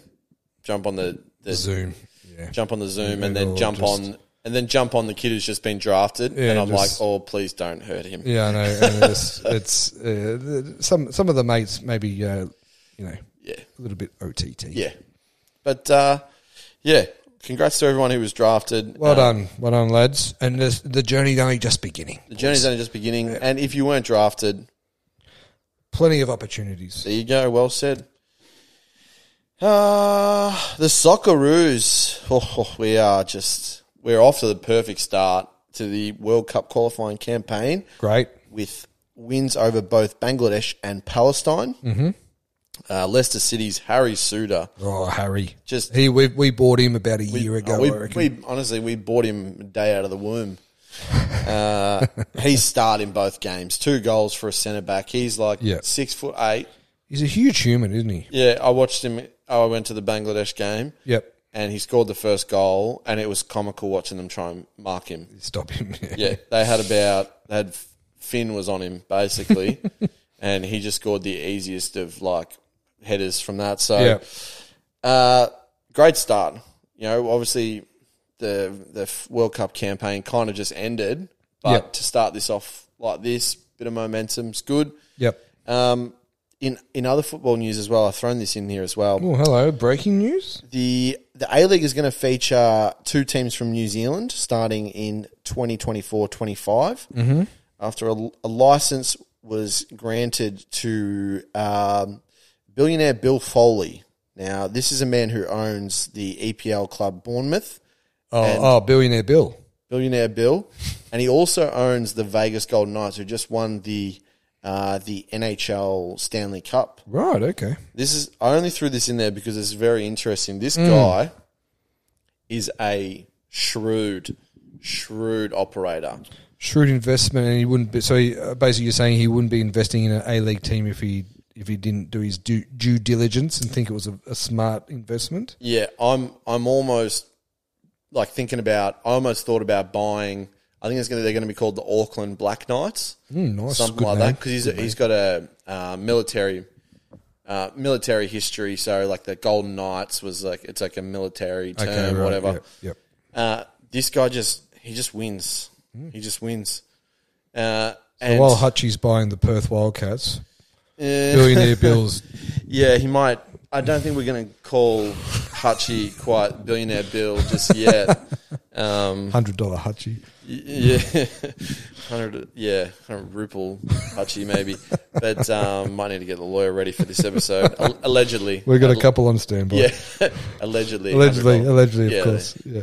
S1: jump on the, the
S2: Zoom. yeah.
S1: jump on the Zoom, and
S2: or
S1: then jump
S2: just-
S1: on and then jump on the kid who's just been drafted. and I'm
S2: just-
S1: like, oh, please don't hurt him.
S2: Yeah, I know. And it's it's uh, th- some some of the mates maybe uh, you know
S1: Yeah.
S2: a little bit OTT.
S1: Yeah. But uh, yeah, congrats to everyone who was drafted.
S2: Well
S1: Uh,
S2: done, well done, lads. And this, the journey's only just beginning.
S1: The journey's only just beginning. And if you weren't drafted,
S2: Plenty of opportunities.
S1: there you go. Well said. Uh, the Socceroos. Oh, we are just, we're off to the perfect start to the World Cup qualifying campaign
S2: Great.
S1: with wins over both Bangladesh and Palestine. Mm-hmm. Uh, Leicester City's Harry Suda.
S2: Oh, Harry.
S1: Just
S2: He we, we bought him about a year ago.
S1: Oh, we,
S2: I reckon.
S1: we honestly we bought him a day out of the womb. Uh, he starred in both games, two goals for a centre back. He's like
S2: Yeah.
S1: six foot eight.
S2: He's a huge human, isn't he?
S1: Yeah, I watched him. oh, I went to the Bangladesh game,
S2: Yep.
S1: and he scored the first goal, and it was comical watching them try and mark him.
S2: Stop him.
S1: Yeah, they had about they had Finn was on him basically, and he just scored the easiest of like headers from that. So.
S2: Yeah.
S1: Uh, great start. You know, obviously the the f- World Cup campaign kind of just ended, but
S2: Yeah.
S1: to start this off like this, bit of momentum's good.
S2: Yep.
S1: Um, in in other football news as well, I've thrown this in here as well.
S2: Oh, hello. Breaking news.
S1: The the A League is going to feature two teams from New Zealand starting in 2024-25 mm-hmm. after a, a license was granted to um, billionaire Bill Foley. Now, this is a man who owns the EPL club Bournemouth,
S2: Oh, oh, billionaire Bill.
S1: billionaire Bill, and he also owns the Vegas Golden Knights, who just won the uh, the NHL Stanley Cup.
S2: Right. Okay.
S1: This is I only threw this in there because it's very interesting. This
S2: Mm.
S1: guy is a shrewd, shrewd operator.
S2: Shrewd investment, and he wouldn't. Be, so he, uh, basically, you're saying he wouldn't be investing in an A League team if he if he didn't do his due, due diligence and think it was a, a smart investment.
S1: Yeah, I'm I'm almost like thinking about. I almost thought about buying. I think it's going to they're going to be called the Auckland Black Knights,
S2: Mm, nice.
S1: something
S2: Good
S1: like
S2: name.
S1: that, because he's he's got a uh, military. Uh, military history, so like the Golden Knights was like it's like a military term,
S2: right,
S1: whatever.
S2: Yep. yep.
S1: Uh, this guy just he just wins. He just wins. Uh, and
S2: Mm. While Hutchie's buying the Perth Wildcats,
S1: eh,
S2: billionaire Bill's
S1: yeah, he might. I don't think we're going to call Hutchie quite billionaire Bill just yet. Um,
S2: hundred dollar Hutchie.
S1: y- yeah, hundred. Yeah, hundred ruple Hutchie maybe, but um, might need to get the lawyer ready for this episode. Al- allegedly,
S2: We've got a
S1: Al-
S2: couple on standby.
S1: Yeah, allegedly,
S2: Allegedly,
S1: $100.
S2: allegedly, of
S1: Yeah,
S2: course. Yeah.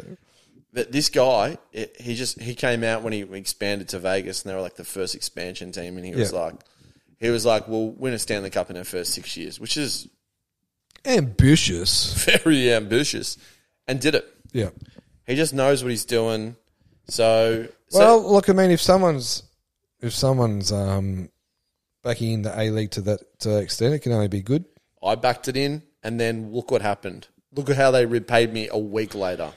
S1: But this guy, it, he just he came out when he expanded to Vegas, and they were like the first expansion team, and he was
S2: Yeah.
S1: like, he was like, "We'll win a Stanley Cup in our first six years," which is
S2: Ambitious.
S1: very ambitious, and did it.
S2: Yeah.
S1: He just knows what he's doing. So, so
S2: Well, look, I mean, if someone's if someone's um, backing in the A League to that uh, extent, it can only be good.
S1: I backed it in, and then look what happened. Look at how they repaid me a week later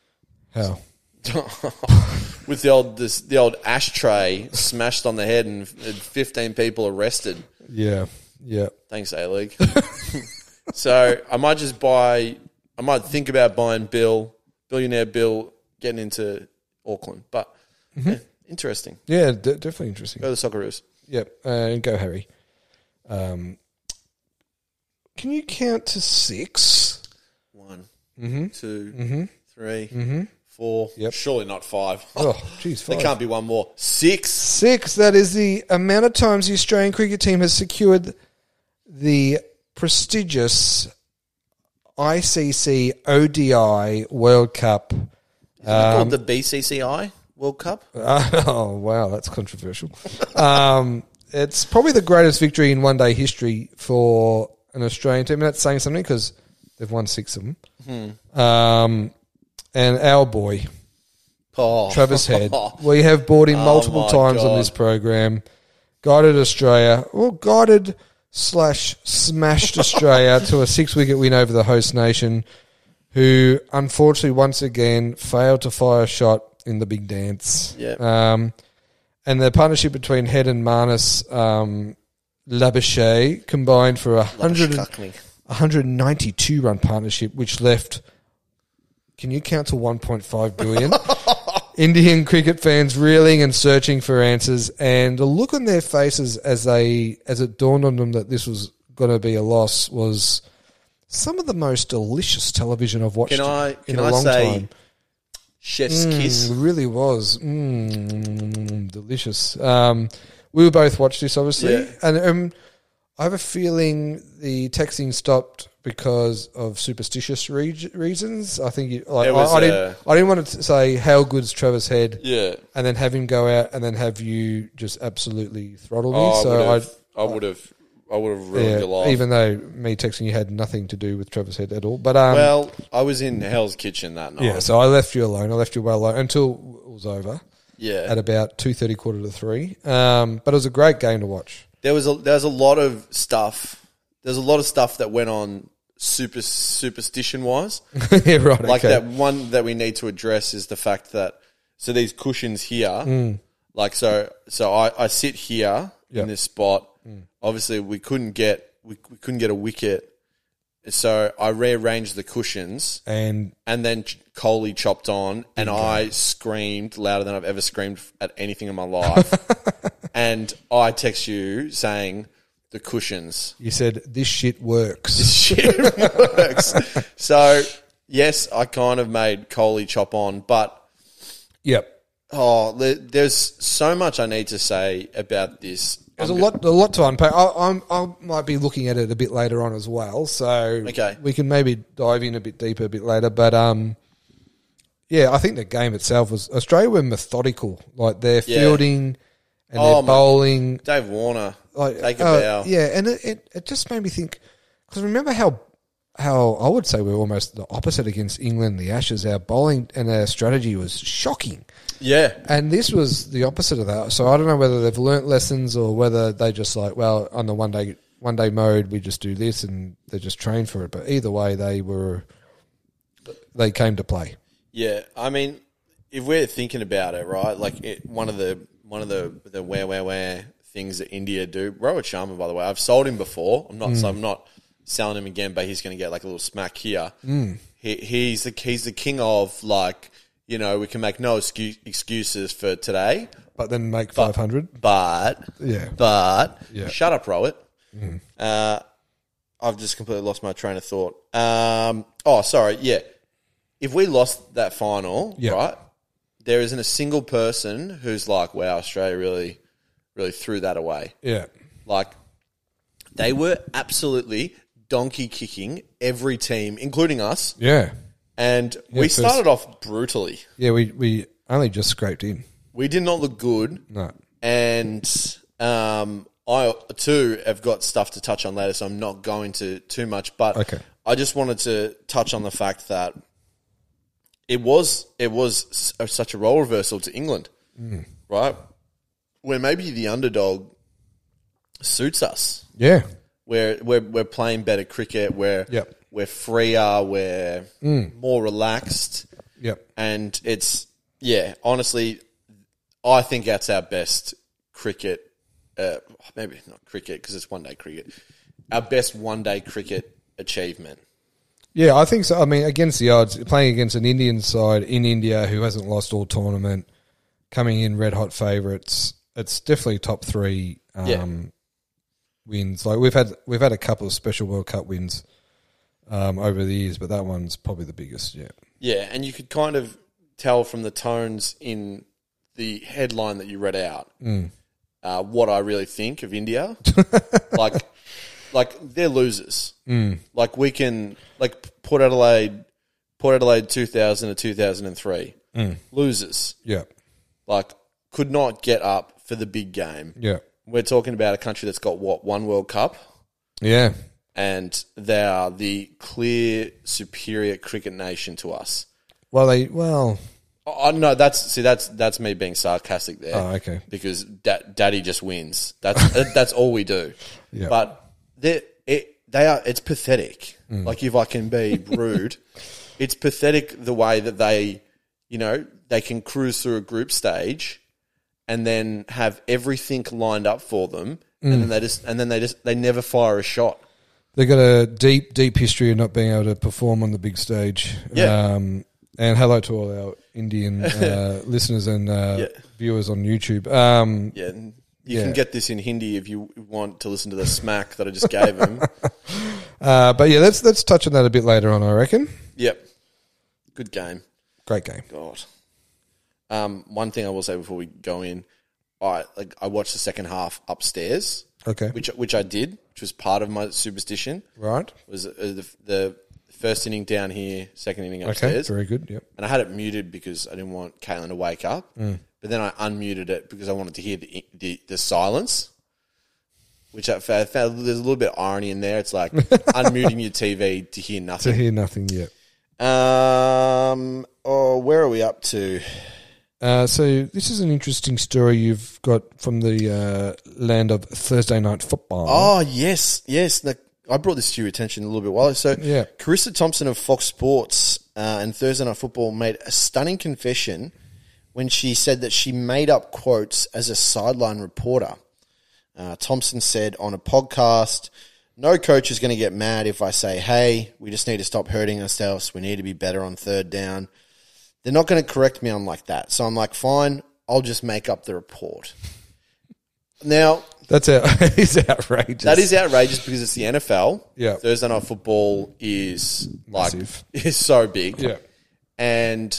S2: How?
S1: with the old this, the old ashtray smashed on the head and and fifteen people arrested.
S2: Yeah. Yeah.
S1: Thanks, A League. so I might just buy. I might think about buying Bill, billionaire Bill, getting into Auckland. But
S2: Mm-hmm.
S1: yeah, interesting.
S2: Yeah. De- definitely interesting.
S1: Go to the Socceroos.
S2: Yep. Uh, go Harry. Um, can you count to six?
S1: One,
S2: Mm-hmm.
S1: two, three, four. Surely not five.
S2: Oh, jeez,
S1: there
S2: five.
S1: can't be one more. Six.
S2: Six. That is the amount of times the Australian cricket team has secured the prestigious ICC ODI World Cup. Um,
S1: called the BCCI World Cup.
S2: Oh wow, that's controversial. um, it's probably the greatest victory in one day history for an Australian team. And that's saying something because they've won six of them. Um, and our boy
S1: Oh,
S2: Travis Head, we have bought him multiple
S1: my
S2: times on
S1: God.
S2: this program. Guided Australia, or guided slash smashed Australia to a six-wicket win over the host nation, who unfortunately once again failed to fire a shot in the big dance.
S1: Yeah.
S2: Um, and the partnership between Head and Marnus um, Labuschagne combined for a hundred.
S1: Cuckney.
S2: 192 run partnership, which left Can you count to 1.5 billion? Indian cricket fans reeling and searching for answers, and the look on their faces as they as it dawned on them that this was going to be a loss was some of the most delicious television I've watched
S1: Can I
S2: in
S1: can
S2: a
S1: I
S2: long
S1: say
S2: time.
S1: chef's kiss?
S2: It really was mm, delicious. Um, we were both watched this, obviously,
S1: Yeah.
S2: and um, I have a feeling the texting stopped because of superstitious reg- reasons. I think you, like,
S1: It was,
S2: I, I didn't.
S1: uh,
S2: I didn't want to say how good's Trevor's head,
S1: Yeah.
S2: and then have him go out, and then have you just absolutely throttle me.
S1: Oh,
S2: so I.
S1: I would have I would have ruined your
S2: Yeah,
S1: life.
S2: even though me texting you had nothing to do with Trevor's head at all, but um,
S1: well, I was in Hell's Kitchen that night.
S2: yeah, so I left you alone. I left you well alone until it was over
S1: Yeah.
S2: at about two thirty, quarter to three. Um, but it was a great game to watch.
S1: there was a there was a lot of stuff. There's a lot of stuff that went on super superstition wise.
S2: yeah, right.
S1: Like
S2: okay.
S1: that one that we need to address is the fact that so these cushions here, like so so I, I sit here
S2: Mm. Yeah. Mm.
S1: in this spot. Obviously, we couldn't get we, we couldn't get a wicket, so I rearranged the cushions
S2: And
S1: and then Ch- Coley chopped on, and I screamed louder than I've ever screamed at anything in my life. and I text you saying the cushions
S2: you said this shit works.
S1: shit works. So yes, I kind of made Coley chop on, but
S2: Yep.
S1: oh, there- there's so much I need to say about this.
S2: There's a lot, a lot to unpack. I, I'm, I might be looking at it a bit later on as well, so
S1: Okay.
S2: we can maybe dive in a bit deeper a bit later. But um, yeah, I think the game itself was Australia were methodical, like their
S1: Yeah.
S2: fielding and
S1: Oh,
S2: their
S1: my-
S2: bowling.
S1: Dave Warner,
S2: like
S1: take a
S2: uh,
S1: bow.
S2: Yeah, and it, it, it just made me think because remember how how I would say we are almost the opposite against England, the Ashes. Our bowling and our strategy was shocking,
S1: yeah,
S2: and this was the opposite of that. So I don't know whether they've learnt lessons or whether they just like well on the one day one day mode we just do this and they just train for it. But either way, they were they came to play.
S1: Yeah, I mean, if we're thinking about it, right? Like it, one of the one of the the where where where things that India do. Rohit Sharma, by the way, I've sold him before. I'm not, so I'm not selling him again. But he's going to get like a little smack here. He, he's the he's the king of like you know we can make no excu- excuses for today,
S2: But then make five hundred.
S1: but
S2: Yeah.
S1: but
S2: Yeah. Mm.
S1: shut up, Rohit. Uh, I've just completely lost my train of thought. Um, oh, sorry. Yeah, if we lost that final,
S2: Yeah.
S1: right, there isn't a single person who's like, "Wow, Australia really, really threw that away."
S2: Yeah,
S1: Like, they were absolutely donkey kicking every team, including us,
S2: yeah,
S1: and we
S2: first-
S1: started off brutally.
S2: yeah. We we only just scraped in.
S1: We did not look good.
S2: No.
S1: and um, I too have got stuff to touch on later, so I'm not going to too much. But
S2: Okay.
S1: I just wanted to touch on the fact that it was it was s- such a role reversal to England,
S2: Hmm.
S1: right? Where maybe the underdog suits us.
S2: Yeah.
S1: We're we're, we're playing better cricket. We're
S2: Yep. Hmm.
S1: we're freer. We're more relaxed
S2: Yep.
S1: and it's yeah. Honestly, I think that's our best cricket. Uh, maybe not cricket because it's one day cricket. Our best one day cricket achievement.
S2: Yeah, I think so. I mean, against the odds, playing against an Indian side in India who hasn't lost all tournament, coming in red hot favourites, it's definitely top three um,
S1: Yeah.
S2: wins. Like we've had, we've had a couple of special World Cup wins um, over the years, but that one's probably the biggest. Yeah,
S1: Yeah, and you could kind of tell from the tones in the headline that you read out uh, what I really think of India. like, like they're losers. Like we can like Port Adelaide, Port Adelaide, two thousand to two thousand and three, losers.
S2: yeah,
S1: like could not get up for the big game.
S2: yeah,
S1: We're talking about a country that's got what one World Cup,
S2: yeah,
S1: and they are the clear superior cricket nation to us.
S2: Well, they well,
S1: Oh no, that's see that's that's me being sarcastic there.
S2: Oh, okay.
S1: Because da- daddy just wins. That's that- that's all we do.
S2: Yeah.
S1: But they it they are it's pathetic.
S2: Mm.
S1: Like if I can be rude, it's pathetic the way that they, you know, they can cruise through a group stage and then have everything lined up for them and
S2: Mm.
S1: then they just and then they just they never fire a shot.
S2: they've got a deep, deep history of not being able to perform on the big stage.
S1: Yeah.
S2: Um, And hello to all our Indian uh, listeners and uh,
S1: Yeah.
S2: viewers on YouTube. Um,
S1: Yeah. and You
S2: Yeah.
S1: can get this in Hindi if you want to listen to the smack that I just gave him.
S2: uh, but yeah, let's let's touch on that a bit later on. I reckon.
S1: Yep. Good game.
S2: Great game.
S1: God. Um, one thing I will say before we go in, I like I watched the second half upstairs,
S2: Okay.
S1: which which I did, which was part of my superstition.
S2: Right.
S1: Was uh, the, the first inning down here, second inning
S2: Okay.
S1: upstairs,
S2: Very good. Yep.
S1: and I had it muted because I didn't want Caitlin to wake up.
S2: Mm.
S1: But then I unmuted it because I wanted to hear the the, the silence. Which I found, found there's a little bit of irony in there. It's like unmuting your TV to hear nothing.
S2: To hear nothing yet.
S1: Um. Oh, where are we up to?
S2: Uh, so this is an interesting story you've got from the uh, land of Thursday night football.
S1: Oh yes, yes. Now, I brought this to your attention a little bit while ago. So,
S2: Yeah.
S1: Carissa Thompson of Fox Sports uh, and Thursday Night Football made a stunning confession when she said that she made up quotes as a sideline reporter. Uh, Thompson said on a podcast, "No coach is going to get mad if I say, hey, we just need to stop hurting ourselves. We need to be better on third down.' They're not going to correct me on like that. So I'm like, fine, I'll just make up the report." Now,
S2: That's out- it's outrageous.
S1: that is outrageous because it's the NFL.
S2: Yeah.
S1: Thursday night football is like
S2: Massive.
S1: is so big.
S2: Yeah.
S1: And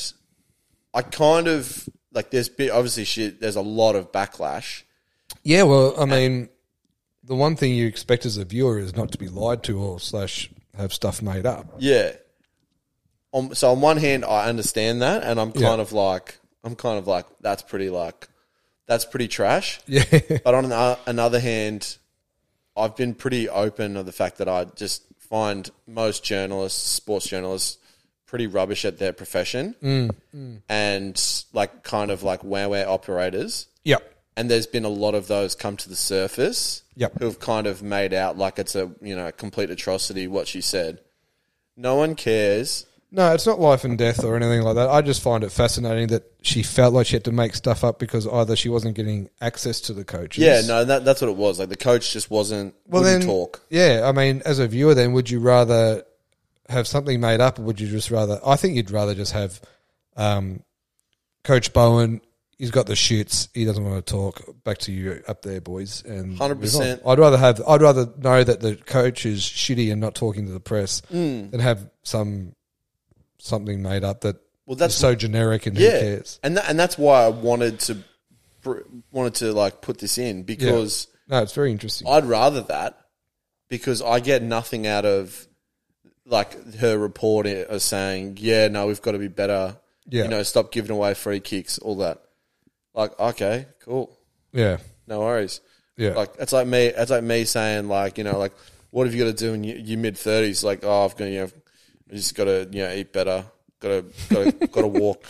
S1: I kind of like there's bit obviously shit there's a lot of backlash.
S2: Yeah. Well, I mean, the one thing you expect as a viewer is not to be lied to or slash have stuff made up.
S1: Yeah. On, so on one hand I understand that and I'm kind
S2: Yeah.
S1: of like I'm kind of like that's pretty like that's pretty trash.
S2: Yeah.
S1: But on the- another hand, I've been pretty open of the fact that I just find most journalists, sports journalists, pretty rubbish at their profession,
S2: Mm.
S1: and like kind of like where operators.
S2: yep.
S1: And there's been a lot of those come to the surface
S2: Yep.
S1: who have kind of made out like it's a you know complete atrocity what she said. No one cares.
S2: No, it's not life and death or anything like that. I just find it fascinating that she felt like she had to make stuff up because either she wasn't getting access to the coaches.
S1: Yeah, no, that, that's what it was. Like the coach just wasn't
S2: Well,
S1: wouldn't
S2: then,
S1: talk.
S2: yeah. I mean, as a viewer, then would you rather have something made up, or would you just rather? I think you'd rather just have um, Coach Bowen. He's got the shoots. He doesn't want to talk. Back to you up there, boys. And move on.
S1: 100%.
S2: I'd rather have. I'd rather know that the coach is shitty and not talking to the press
S1: Mm.
S2: than have some something made up that
S1: Well, that's
S2: is so generic and who cares.
S1: And that, and that's why I wanted to br- wanted to like put this in because
S2: No, it's very interesting.
S1: I'd rather that because I get nothing out of like her report i- of saying, yeah, no, we've got to be better.
S2: Yeah.
S1: You know, stop giving away free kicks, all that. Like, okay, cool.
S2: yeah,
S1: No worries.
S2: yeah,
S1: Like that's like me. That's like me saying like you know like what have you got to do in your, your mid thirties? Like oh I've got you know I just got to you know eat better. Got to got to got to walk.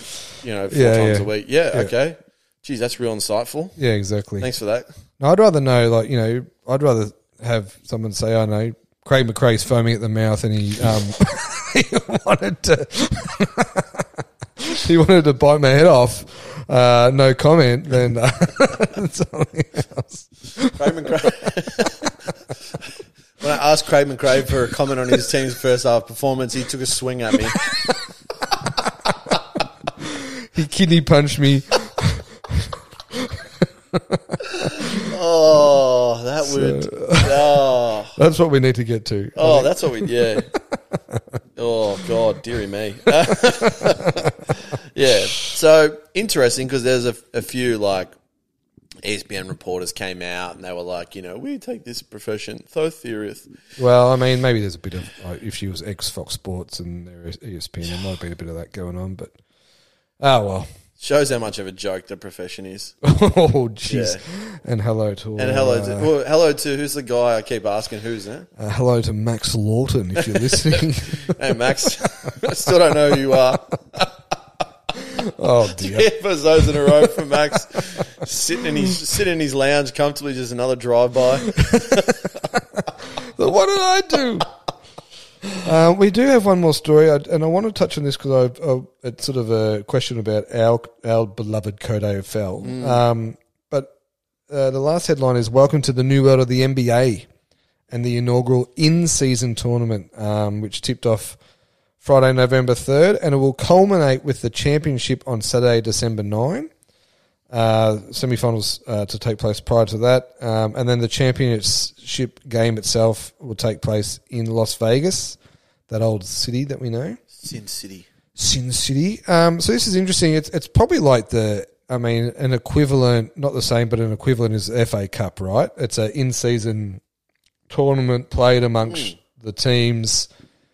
S1: You know four
S2: Yeah,
S1: times a
S2: yeah.
S1: week. Yeah, okay. Geez, that's real insightful.
S2: yeah. Exactly.
S1: Thanks for that.
S2: No, I'd rather know, like, you know, I'd rather have someone say, I know, Craig McRae's foaming at the mouth and he, um, he wanted to. He wanted to bite my head off. Uh, no comment. Then uh, something else.
S1: Craig McRae. when I asked Craig McRae for a comment on his team's first half performance, he took a swing at me.
S2: he kidney punched me.
S1: Oh, that would. Oh.
S2: That's what we need to get to.
S1: Oh, that's what we. Yeah. oh God, dearie me. yeah. So interesting because there's a, a few like E ESPN reporters came out and they were like, you know, we take this profession so serious.
S2: Well, I mean, maybe there's a bit of like, if she was ex Fox Sports and E there is ESPN, there might be a bit of that going on. But oh well.
S1: Shows how much of a joke the profession is.
S2: oh jeez. And hello to all,
S1: And hello,
S2: uh,
S1: to, well, hello to who's the guy I keep asking who's that?
S2: Uh, hello to Max Lawton, if you're listening.
S1: Hey Max, I still don't know who you are.
S2: oh dear.
S1: Yeah, for those in a row for Max, sitting in his sitting in his lounge comfortably, just another drive by.
S2: What did I do? Uh, we do have one more story, I, and I want to touch on this because I, I, it's sort of a question about our our beloved Code AFL.
S1: Mm.
S2: Um, but uh, the last headline is "Welcome to the new world of the NBA" and the inaugural in-season tournament, um, which tipped off Friday, November 3rd, and it will culminate with the championship on Saturday, December 9. Uh, semi-finals uh, to take place prior to that, um, and then the championship game itself will take place in Las Vegas, that old city that we know.
S1: Sin City.
S2: Sin City. Um, so this is interesting. It's it's probably like the I mean an equivalent, not the same, but an equivalent is the FA Cup, right? It's an in season tournament played amongst the teams,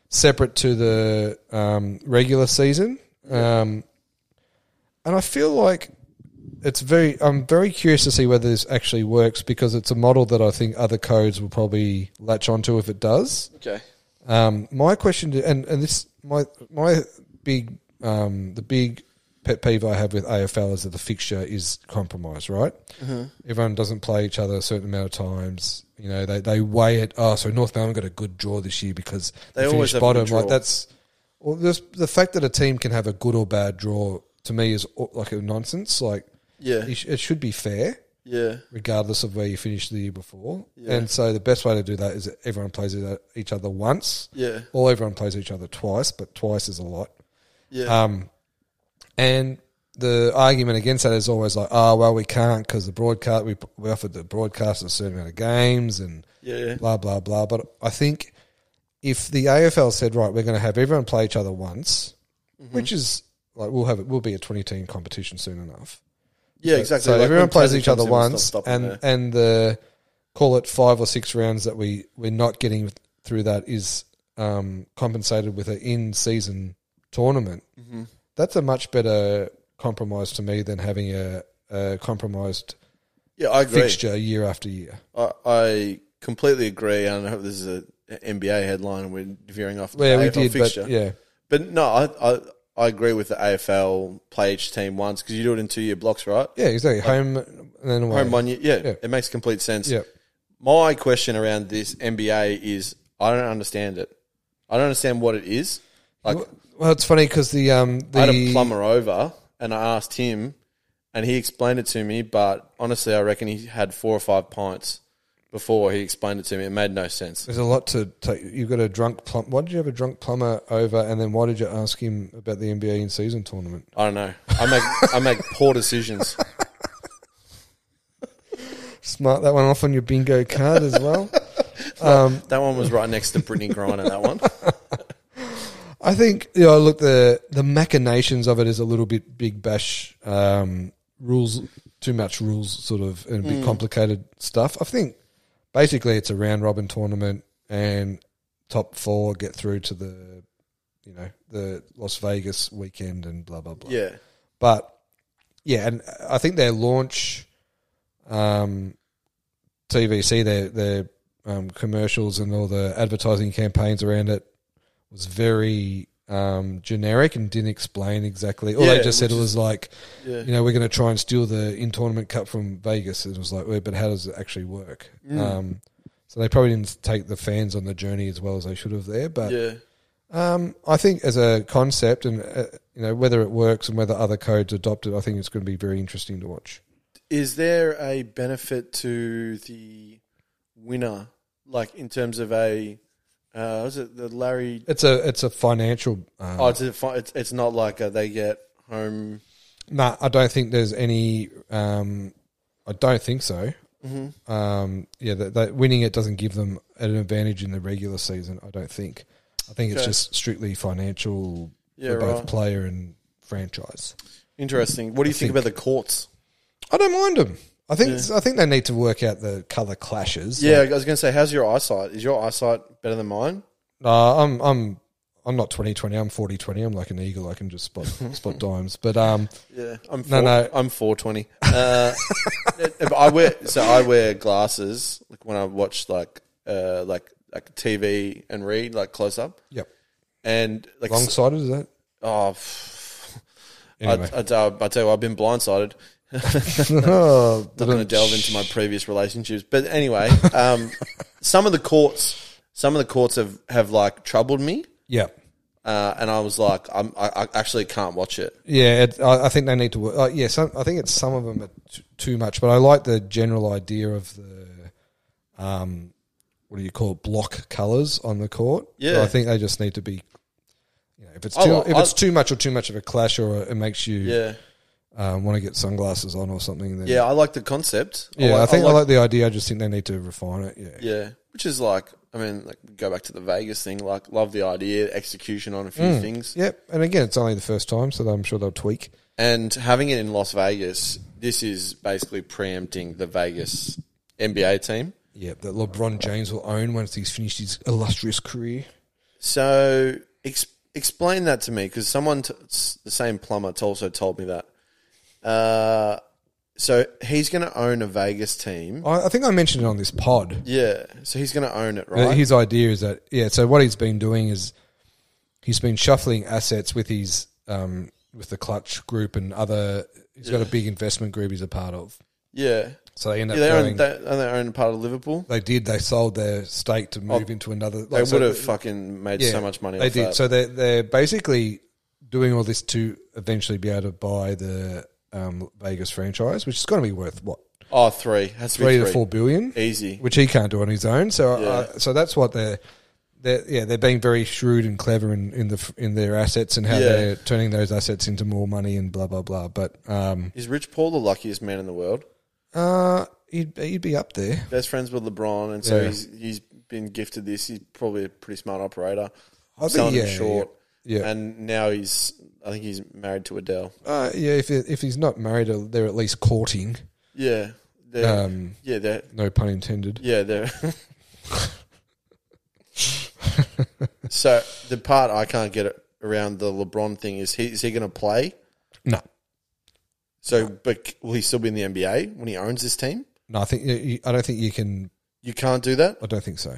S2: separate to the um, regular season. Um, and I feel like it's very. I'm very curious to see whether this actually works because it's a model that I think other codes will probably latch onto if it does.
S1: Okay.
S2: Um, my question, to, and and this my my big um, the big pet peeve I have with AFL is that the fixture is compromised. Right,
S1: Mm-hmm.
S2: everyone doesn't play each other a certain amount of times. You know, they they weigh it. Oh, so North Melbourne got a good draw this year because
S1: They
S2: they,
S1: always
S2: finished
S1: have a
S2: bottom.
S1: good
S2: Like
S1: draw.
S2: that's well, this, the fact that a team can have a good or bad draw to me is uh, like a nonsense. Like
S1: Yeah.
S2: it, sh- it should be fair
S1: Yeah.
S2: regardless of where you finished the year before. And so the best way to do that is that everyone plays each- each other once.
S1: Yeah.
S2: Or everyone plays each other twice, but twice is a lot.
S1: Yeah.
S2: Um, And the argument against that is always like, oh, well, we can't because the broadcast, we, we offered the broadcast a certain amount of games and
S1: yeah.
S2: blah, blah, blah. But I think if the AFL said, right, we're going to have everyone play each other once, which is like, we'll have it, will be a 20 team competition soon enough.
S1: Yeah. Exactly.
S2: So
S1: Like,
S2: everyone
S1: when
S2: plays
S1: Tassie
S2: each other
S1: comes in, we'll
S2: once,
S1: stop stopping
S2: and
S1: there.
S2: and the call it five or six rounds that we we're not getting through that is um, compensated with an in season tournament.
S1: Mm-hmm.
S2: That's a much better compromise to me than having a, a compromised
S1: yeah, I agree.
S2: fixture year after year.
S1: I, I completely agree, and I hope this is a NBA headline, and we're veering off. the
S2: Yeah, we
S1: AFL
S2: did,
S1: fixture.
S2: but yeah,
S1: But no, I, I I agree with the AFL play each team once because you do it in two year blocks, right?
S2: yeah, exactly. Home and then away.
S1: Home one year, yeah,
S2: Yeah.
S1: It makes complete sense.
S2: Yeah,
S1: My question around this NBA is I don't understand it. I don't understand what it is. Like
S2: well, it's funny because the um the
S1: I had a plumber over and I asked him, and he explained it to me. But honestly, I reckon he had four or five pints before he explained it to me. It made no sense.
S2: There's a lot to take. You've got a drunk plum. Why did you have a drunk plumber over, and then why did you ask him about the NBA in season tournament?
S1: I don't know. I make I make poor decisions.
S2: Smart that one off on your bingo card as well.
S1: That one was right next to Brittany Griner. That one.
S2: I think you know. Look, the the machinations of it is a little bit big bash um, rules, too much rules, sort of, and a bit complicated stuff. I think basically it's a round robin tournament, and top four get through to the you know the Las Vegas weekend and blah blah blah.
S1: Yeah.
S2: But yeah, and I think their launch, um, TVC, their their um, commercials and all the advertising campaigns around it was very um, generic and didn't explain exactly. All
S1: Yeah,
S2: they just said
S1: which
S2: was like,
S1: Yeah.
S2: you know, we're going to try and steal the in tournament cup from Vegas, and it was like, well, but how does it actually work?
S1: Mm.
S2: Um, so they probably didn't take the fans on the journey as well as they should have there, but.
S1: Yeah.
S2: Um, I think as a concept, and uh, you know whether it works and whether other codes adopt it, I think it's going to be very interesting to watch.
S1: Is there a benefit to the winner, like in terms of a, uh, was it the Larry?
S2: It's a it's a financial. Um,
S1: Oh, it's, a, fi- it's it's not like uh they get home.
S2: nah, I don't think there's any. Um, I don't think so.
S1: Mm-hmm.
S2: Um, yeah, that, that winning it doesn't give them an advantage in the regular season. I don't think. I think it's
S1: Okay.
S2: just strictly financial
S1: Yeah,
S2: for both
S1: right.
S2: player and franchise.
S1: Interesting. What do you think, about the courts?
S2: I don't mind them. I think I think they need to work out the color clashes.
S1: Yeah, I was going to say, how's your eyesight? Is your eyesight better than mine?
S2: No, Uh, I'm I'm I'm not 2020. I'm 4020. I'm like an eagle. I can just spot spot dimes. But um,
S1: Yeah, I'm four,
S2: No, no.
S1: I'm four twenty. Uh, if I wear so I wear glasses like when I watch like uh like like TV and read like close up
S2: yep,
S1: and like
S2: long sighted is that?
S1: oh. pff.
S2: Anyway.
S1: I, I, tell- I tell you, what, I've been blindsided.
S2: oh,
S1: Not going to delve into my previous relationships, but anyway, um, some of the courts, some of the courts have, have like troubled me,
S2: yeah,
S1: uh, and I was like, I'm, I, I actually can't watch it.
S2: yeah. It, I, I think they need to work. Uh, yeah, some, I think it's some of them are t- too much. But I like the general idea of the um, what do you call it? Block colors on the court. But
S1: Yeah.
S2: I think they just need to be. You you know, if it's too
S1: I like-
S2: if
S1: I-
S2: it's too much or too much of a clash or it makes you
S1: Yeah.
S2: um, want to get sunglasses on or something, then
S1: Yeah, I like the concept.
S2: yeah, I think I like, the idea. I just think they need to refine it. Yeah,
S1: Yeah, which is like, I mean, like go back to the Vegas thing. Like, love the idea, execution on a few
S2: Mm.
S1: things,
S2: Yep. And again, it's only the first time, so I'm sure they'll tweak.
S1: and having it in Las Vegas. This is basically preempting the Vegas NBA team.
S2: Yeah, that LeBron James will own once he's finished his illustrious career.
S1: So ex- explain that to me, because someone, t- s- the same plumber, t- also told me that. Uh, so he's going to own a Vegas team.
S2: I, I think I mentioned it on this pod.
S1: Yeah, so he's going to own it,
S2: Uh,
S1: right?
S2: His idea is that yeah. So what he's been doing is he's been shuffling assets with his um, with the Clutch Group and other. He's got a big investment group he's a part of.
S1: yeah,
S2: So they end
S1: yeah
S2: up
S1: they, own,
S2: going. They,
S1: they, they own part of Liverpool.
S2: did. They sold their stake to move into another.
S1: They
S2: Like, so
S1: would have fucking made so much money.
S2: They
S1: off
S2: did.
S1: That.
S2: So they're they're basically doing all this to eventually be able to buy the um, Vegas franchise, which is going to be worth what
S1: Oh, three has to
S2: three
S1: be
S2: to four billion.
S1: Easy.
S2: which he can't do on his own. So,
S1: Yeah.
S2: uh, so that's what they're, they're yeah they're being very shrewd and clever in, in the in their assets and how
S1: Yeah.
S2: they're turning those assets into more money and blah blah blah. But um,
S1: Is Rich Paul the luckiest man in the world?
S2: uh, he'd, he'd be up there.
S1: Best friends with LeBron, and so
S2: Yeah.
S1: he's he's been gifted this. He's probably a pretty smart operator.
S2: I
S1: Selling
S2: yeah,
S1: him short,
S2: yeah, yeah.
S1: and now he's I think he's married to Adele.
S2: Uh, yeah. If he- if he's not married, uh, they're at least courting.
S1: Yeah, they're,
S2: Um,
S1: yeah, they're
S2: no pun intended.
S1: yeah they're. so the part I can't get around the LeBron thing is he is he going to play?
S2: No,
S1: So, but will he still be in the NBA when he owns this team?
S2: no. I think you- you- I don't think you can.
S1: You can't do that.
S2: I don't think so.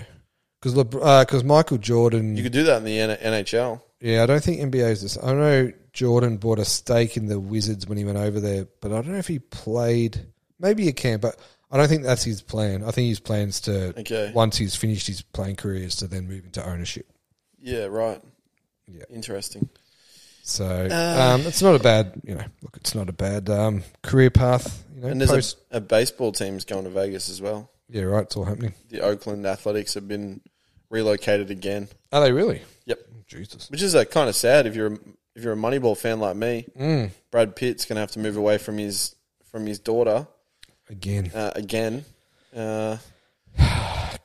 S2: Because because Michael Jordan,
S1: You could do that in the N- NHL.
S2: Yeah, I don't think NBA is this. I know Jordan bought a stake in the Wizards when he went over there, but I don't know if he played. Maybe he can, but I don't think that's his plan. I think his plans to
S1: Okay.
S2: once he's finished his playing career is to then move into ownership.
S1: Yeah, right.
S2: Yeah.
S1: Interesting.
S2: So
S1: Uh.
S2: um, it's not a bad, you know, look, it's not a bad um, career path. You know,
S1: And there's
S2: post,
S1: a, a baseball team's going to Vegas as well.
S2: yeah, right. It's all happening.
S1: The Oakland Athletics have been relocated again.
S2: Are they really? Oh,
S1: Yep,
S2: Jesus.
S1: which is uh, kind of sad if you're a, if you're a Moneyball fan like me. Brad Pitt's going to have to move away from his from his daughter
S2: Again,
S1: uh, again. Uh,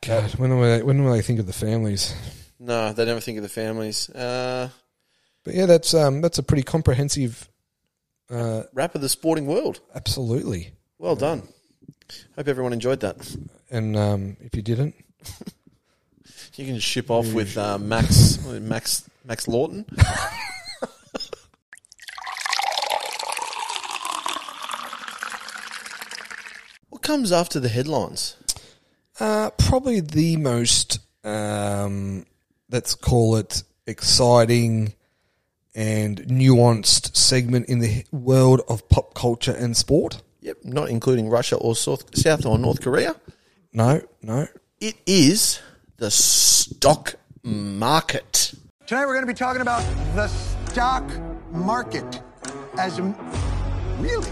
S2: God, when will they, when will they think of the families?
S1: no, they never think of the families. Uh,
S2: But yeah, that's um, that's a pretty comprehensive. Uh,
S1: rap of the sporting world.
S2: absolutely.
S1: Well done. Hope everyone enjoyed that.
S2: And um, if you didn't,
S1: You can ship off with uh, Max Max Max Lawton. what comes after the headlines?
S2: uh, probably the most, um, let's call it exciting and nuanced segment in the h- world of pop culture and sport.
S1: Yep, not including Russia or South, South or North Korea.
S2: No, no.
S1: It is the stock market.
S4: Tonight we're going to be talking about the stock market as a, really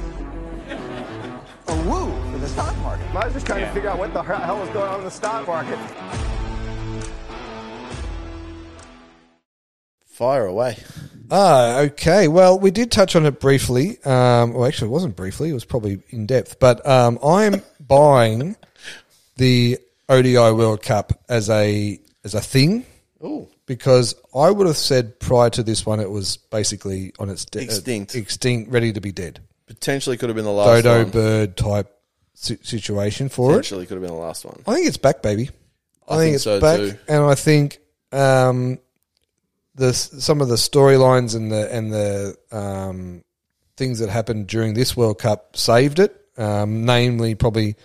S4: a woo for the stock market.
S5: I was just trying to figure out what the hell is going on in the stock market.
S1: Fire away.
S2: Ah, okay. Well, we did touch on it briefly. Um, well, actually, it wasn't briefly. It was probably in depth. But um, I'm buying the ODI World Cup as a as a thing.
S1: Ooh.
S2: because I would have said prior to this one, it was basically on its de-
S1: Extinct.
S2: uh, extinct, ready to be dead.
S1: Potentially could have been the last
S2: Dodo
S1: one.
S2: bird type si- situation for it.
S1: Potentially could have been the last one.
S2: I think it's back, baby. I,
S1: think
S2: it's
S1: so
S2: back,
S1: too.
S2: and I think um, the s- some of the storylines and the and the um, things that happened during this World Cup saved it. Um, namely, probably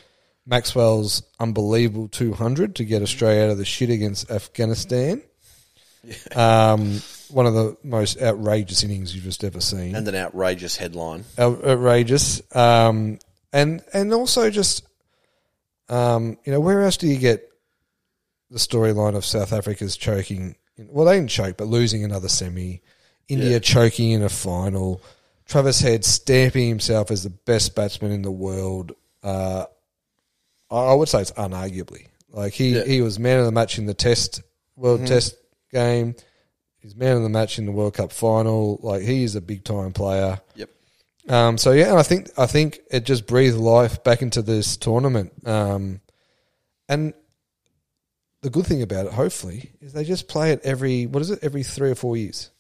S2: Maxwell's unbelievable 200 to get Australia out of the shit against Afghanistan. Um, one of the most outrageous innings you've just ever seen
S1: And an outrageous headline.
S2: out- uh, outrageous. Um, and and also just, um, you know, where else do you get the storyline of South Africa's choking? Well, they didn't choke, but losing another semi. India
S1: Yeah.
S2: choking in a final. Travis Head stamping himself as the best batsman in the world. Uh, I I would say it's unarguably. Like he,
S1: Yeah. Mm-hmm.
S2: he was man of the match in the Test World Test game. He's man of the match in the World Cup final. Like he is a big time player.
S1: Yep.
S2: Um, so yeah, I think I think it just breathed life back into this tournament. Um, and the good thing about it, hopefully, is they just play it every what is it every three or four years.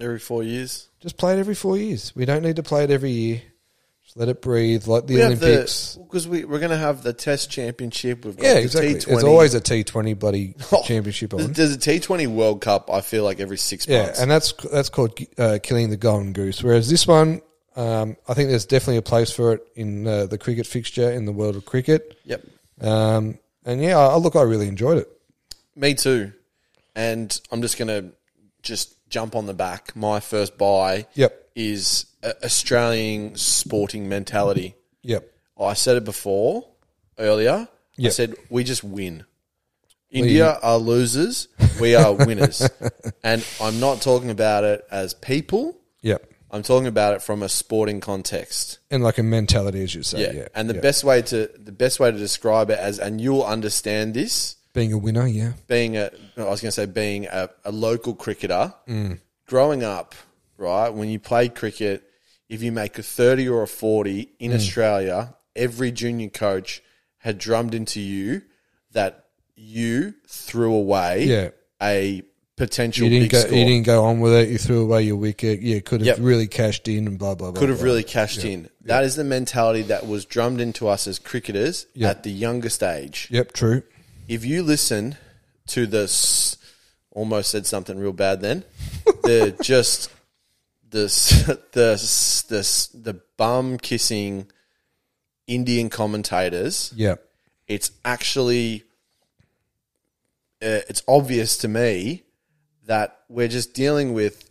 S1: Every four years.
S2: Just play it every four years. We don't need to play it every year. Just let it breathe, like the
S1: We have the
S2: Olympics.
S1: because we we're gonna have the Test Championship. We've got
S2: yeah,
S1: the
S2: exactly.
S1: T20.
S2: It's always a T Twenty bloody
S1: Oh,
S2: championship on.
S1: There's, there's a T20 World Cup. I feel like every six
S2: Yeah,
S1: months.
S2: and that's that's called uh, killing the golden goose. Whereas this one, um, I think there's definitely a place for it in uh, the cricket fixture in the world of cricket.
S1: yep.
S2: Um, and yeah, I, I- look, I really enjoyed it.
S1: Me too. And I'm just gonna just jump on the back. My first buy.
S2: Yep.
S1: Is uh, Australian sporting mentality.
S2: Yep,
S1: I said it before earlier. I
S2: Yep.
S1: said we just win. India are losers. We are winners. and I'm not talking about it as people.
S2: yep,
S1: I'm talking about it from a sporting context.
S2: and like a mentality, as you say. Yeah,
S1: Yeah. And the
S2: yeah.
S1: best way to the best way to describe it as and you'll understand this
S2: being a winner. Yeah,
S1: being a I was going to say being a, a local cricketer growing up, right? When you played cricket, if you make a 30 or a 40 in
S2: Mm.
S1: Australia, every junior coach had drummed into you that you threw away
S2: Yeah.
S1: a potential
S2: you didn't
S1: big
S2: go.
S1: score.
S2: You didn't go on with it. You threw away your wicket. Yeah, could
S1: Yep.
S2: have really cashed in and blah blah blah.
S1: could have
S2: blah.
S1: really cashed in. That is the mentality that was drummed into us as cricketers at the youngest age.
S2: Yep, true.
S1: if you listen to the s- almost said something real bad then the just the s- the s- the s- the bum kissing indian commentators
S2: Yep,
S1: it's actually uh, it's obvious to me that we're just dealing with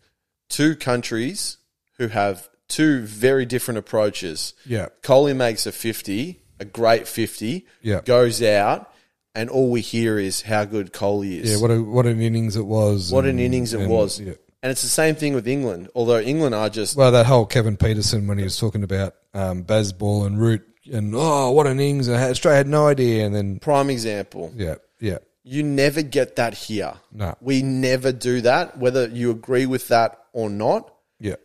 S1: two countries who have two very different approaches
S2: Yeah.
S1: Coley makes a 50, a great 50,
S2: Yeah.
S1: goes out, and all we hear is how good Coley is.
S2: yeah. What a what an innings it was.
S1: What an
S2: and-
S1: innings it
S2: and-
S1: was.
S2: yeah.
S1: And it's the same thing with England, although England are just.
S2: Well, that whole Kevin Peterson when he was talking about um, baseball and root and oh, what an innings! And Australia had no idea, and then
S1: prime example.
S2: yeah, yeah,
S1: You never get that here.
S2: No.
S1: We never do that, whether you agree with that or not.
S2: yeah,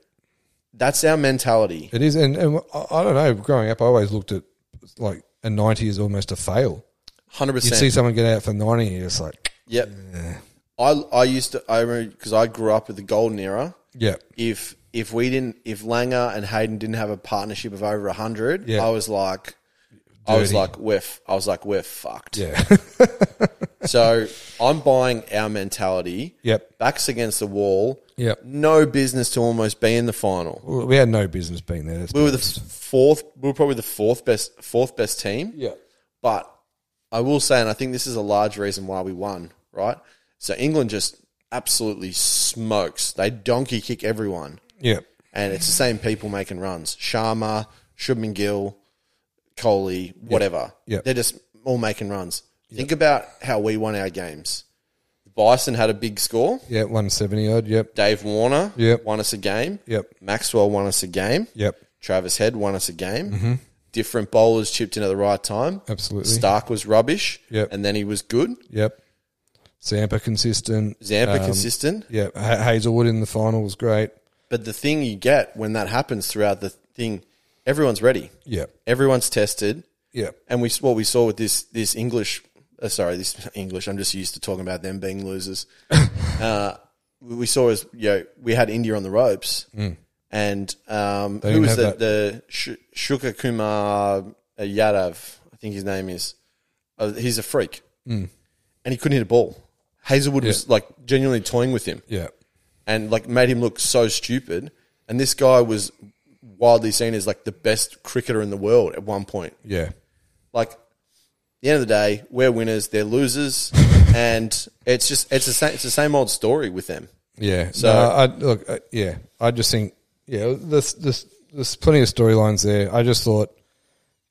S1: That's our mentality.
S2: it is. And, and I I don't know. Growing up, I always looked at like a ninety is almost a fail. You see
S1: 100%.
S2: someone get out for ninety, and you're just like,
S1: Yep. I, I used to, I remember, because I grew up with the golden era.
S2: yeah,
S1: if if we didn't if Langer and Hayden didn't have a partnership of over hundred,
S2: Yeah.
S1: I was like, I was
S2: Dirty.
S1: like, we're f- I was like, we're fucked.
S2: yeah,
S1: So I'm buying our mentality.
S2: Yep.
S1: Backs against the wall.
S2: Yep.
S1: No business to almost be in the final.
S2: Well, we had no business being there. That's
S1: We were the f- fourth. We were probably the fourth best fourth best team.
S2: yeah,
S1: But I will say, and I think this is a large reason why we won. Right. So England just absolutely smokes. They donkey kick everyone.
S2: yeah,
S1: and it's the same people making runs. Sharma, Shubman Gill, Coley, whatever.
S2: Yep.
S1: They're just all making runs. Think about how we won our games. Bison had a big score.
S2: yeah, one seventy odd. Yep,
S1: Dave Warner
S2: Yep.
S1: won us a game.
S2: Yep.
S1: Maxwell won us a game.
S2: yep,
S1: Travis Head won us a game. Different bowlers chipped in at the right time.
S2: Mm-hmm. Absolutely.
S1: Stark was rubbish.
S2: Yep.
S1: And then he was good.
S2: yep. Zampa consistent.
S1: Zampa
S2: um,
S1: consistent.
S2: Yeah, Ha- Hazelwood in the final was great.
S1: But the thing you get when that happens throughout the thing, everyone's ready.
S2: Yep,
S1: Everyone's tested.
S2: yep,
S1: and we what we saw with this this English, uh, sorry, this English. I'm just used to talking about them being losers. uh, we we saw as you know, we had India on the ropes, and um, who
S2: Mm. didn't
S1: was
S2: have
S1: the,
S2: that.
S1: the Sh- Shuka Kumar uh, Yadav? I think his name is. Uh, he's a freak,
S2: Mm.
S1: and he couldn't hit a ball. Hazelwood was like genuinely toying with him,
S2: yeah.
S1: and like made him look so stupid. And this guy was widely seen as like the best cricketer in the world at one point
S2: Yeah.
S1: like at the end of the day, we're winners, they're losers, and it's just it's the same it's the same old story with them.
S2: Yeah. So
S1: So-
S2: I look, I, yeah, I just think, yeah, there's, there's, there's plenty of storylines there. I just thought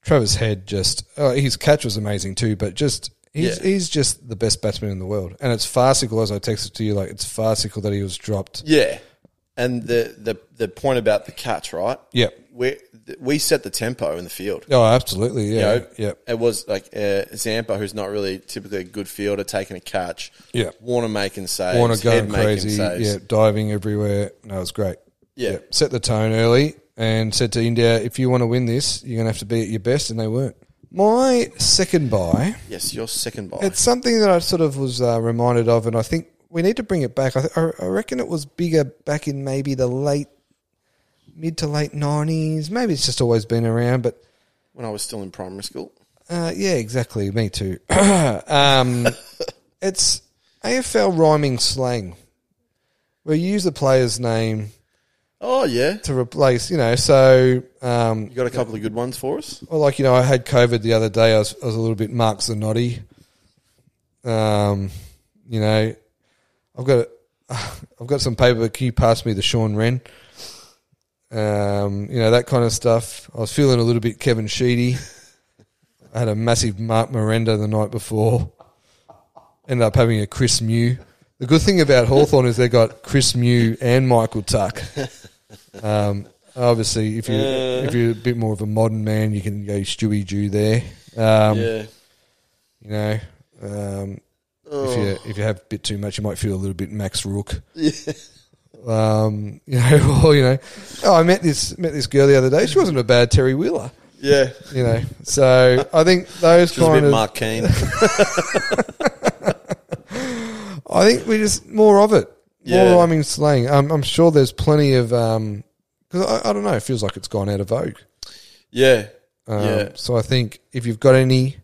S2: Travis Head just, oh, his catch was amazing too, but just, he's,
S1: Yeah.
S2: he's just the best batsman in the world. And it's farcical, as I texted to you, like, it's farcical that he was dropped
S1: Yeah, and the, the the point about the cuts, right?
S2: Yep.
S1: We we set the tempo in the field.
S2: Oh, absolutely. Yeah.
S1: You know,
S2: Yep.
S1: It was like uh, Zampa, who's not really typically a good fielder, taking a catch.
S2: Yeah.
S1: Warner making saves.
S2: Warner
S1: Head
S2: going
S1: making
S2: crazy.
S1: saves.
S2: Yeah. Diving everywhere. No, it's great.
S1: Yeah.
S2: Set the tone early and said to India, if you want to win this, you're going to have to be at your best. And they weren't. My second buy.
S1: Yes, your second by.
S2: It's something that I sort of was uh, reminded of, and I think we need to bring it back. I, th- I I reckon it was bigger back in maybe the late, mid to late nineties. Maybe it's just always been around, but
S1: when I was still in primary school.
S2: uh, yeah, exactly. Me too. um, it's AFL rhyming slang. We use the player's name
S1: Oh yeah,
S2: to replace, you know. So, um,
S1: you got a couple of good ones for us.
S2: well, like you know, I had COVID the other day. I was, I was a little bit Mark Zanotti. Um, you know, I've got a, I've got some paper. Can you pass me the Sean Wren? Um, you know that kind of stuff. I was feeling a little bit Kevin Sheedy. I had a massive Mark Miranda the night before. Ended up having a Chris Mew. The good thing about Hawthorn is they got Chris Mew and Michael Tuck. Um, obviously, if you if you're a bit more of a modern man, you can go Stewie Jew there. Um,
S1: Yeah,
S2: you know, um, if
S1: Oh.
S2: you if you have a bit too much, you might feel a little bit Max Rook. Um, you know, or you know, oh, I met this met this girl the other day. She wasn't a bad Terry Wheeler.
S1: yeah.
S2: You know, so I think those
S1: Just a
S2: kind
S1: bit
S2: of
S1: Mark Keane.
S2: I think we just more of it,
S1: Yeah.
S2: more rhyming slang. Um, I'm sure there's plenty of um, because I, I don't know. It feels like it's gone out of vogue.
S1: yeah,
S2: Um,
S1: yeah.
S2: So I think if you've got any,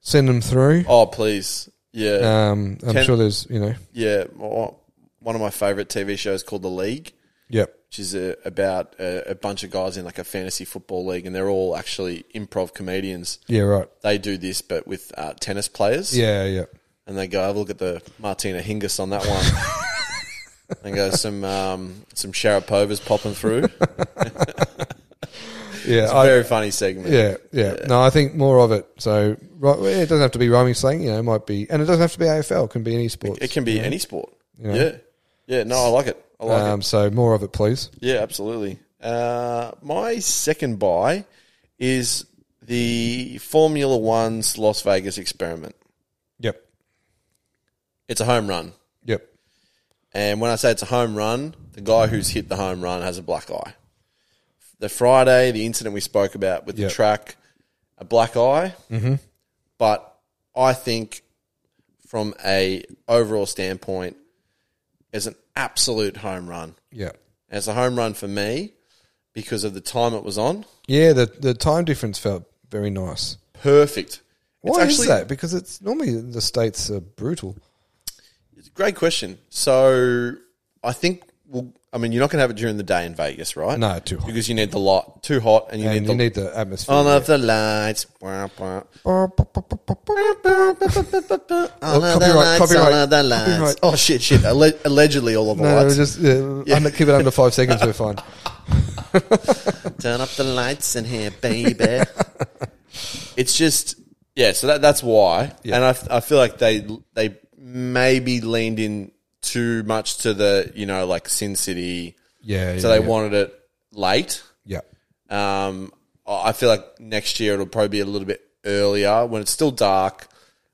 S2: send them through.
S1: Oh please, yeah,
S2: Um, I'm
S1: Can-
S2: sure there's you know,
S1: yeah. Oh, One of my favorite TV shows called The League.
S2: yep,
S1: which is a, about a, a bunch of guys in like a fantasy football league, and they're all actually improv comedians.
S2: yeah, right,
S1: They do this, but with uh, tennis players.
S2: yeah, yeah.
S1: And they go, have a look at the Martina Hingis on that one. and go, some um, some Sharapova's popping through.
S2: Yeah, I,
S1: Very funny segment.
S2: yeah, yeah, No, I think more of it. So right, well, it doesn't have to be rhyming slang. You know, it might be, and it doesn't have to be AFL. It can be any sports.
S1: It can be any sport. Yeah. yeah. no, I like it. I like it.
S2: um, so more of it, please.
S1: Yeah, absolutely. Uh, my second buy is the Formula One's Las Vegas experiment.
S2: Yep,
S1: It's a home run.
S2: yep,
S1: And when I say it's a home run, the guy who's hit the home run has a black eye. The Friday, the incident we spoke about with
S2: Yep.
S1: the track, a black eye. Mm-hmm. But I think from a overall standpoint, it's an absolute home run.
S2: yep.
S1: And it's a home run for me because of the time it was on.
S2: Yeah, the the time difference felt very nice.
S1: Perfect.
S2: Why is that? Because it's normally the states are brutal.
S1: Great question. So I think we'll, I mean you're not going to have it during the day in Vegas, right?
S2: No, too hot.
S1: because you need the light too hot, and you
S2: And
S1: need the
S2: you need the atmosphere. Oh,
S1: on of the lights. Wah, wah. On of the
S2: copyright,
S1: lights,
S2: copyright,
S1: on of the lights.
S2: copyright.
S1: Oh shit, shit! Alle- allegedly, all of the
S2: No,
S1: lights.
S2: just yeah, Under, keep it under five seconds. We're fine.
S1: Turn up the lights in here, baby. it's just yeah. So that that's why, and I I feel like they they maybe leaned in too much to the you know like Sin City.
S2: Yeah.
S1: So
S2: yeah,
S1: they
S2: yeah.
S1: wanted it late.
S2: Yeah.
S1: Um, I I feel like next year it'll probably be a little bit earlier when it's still dark,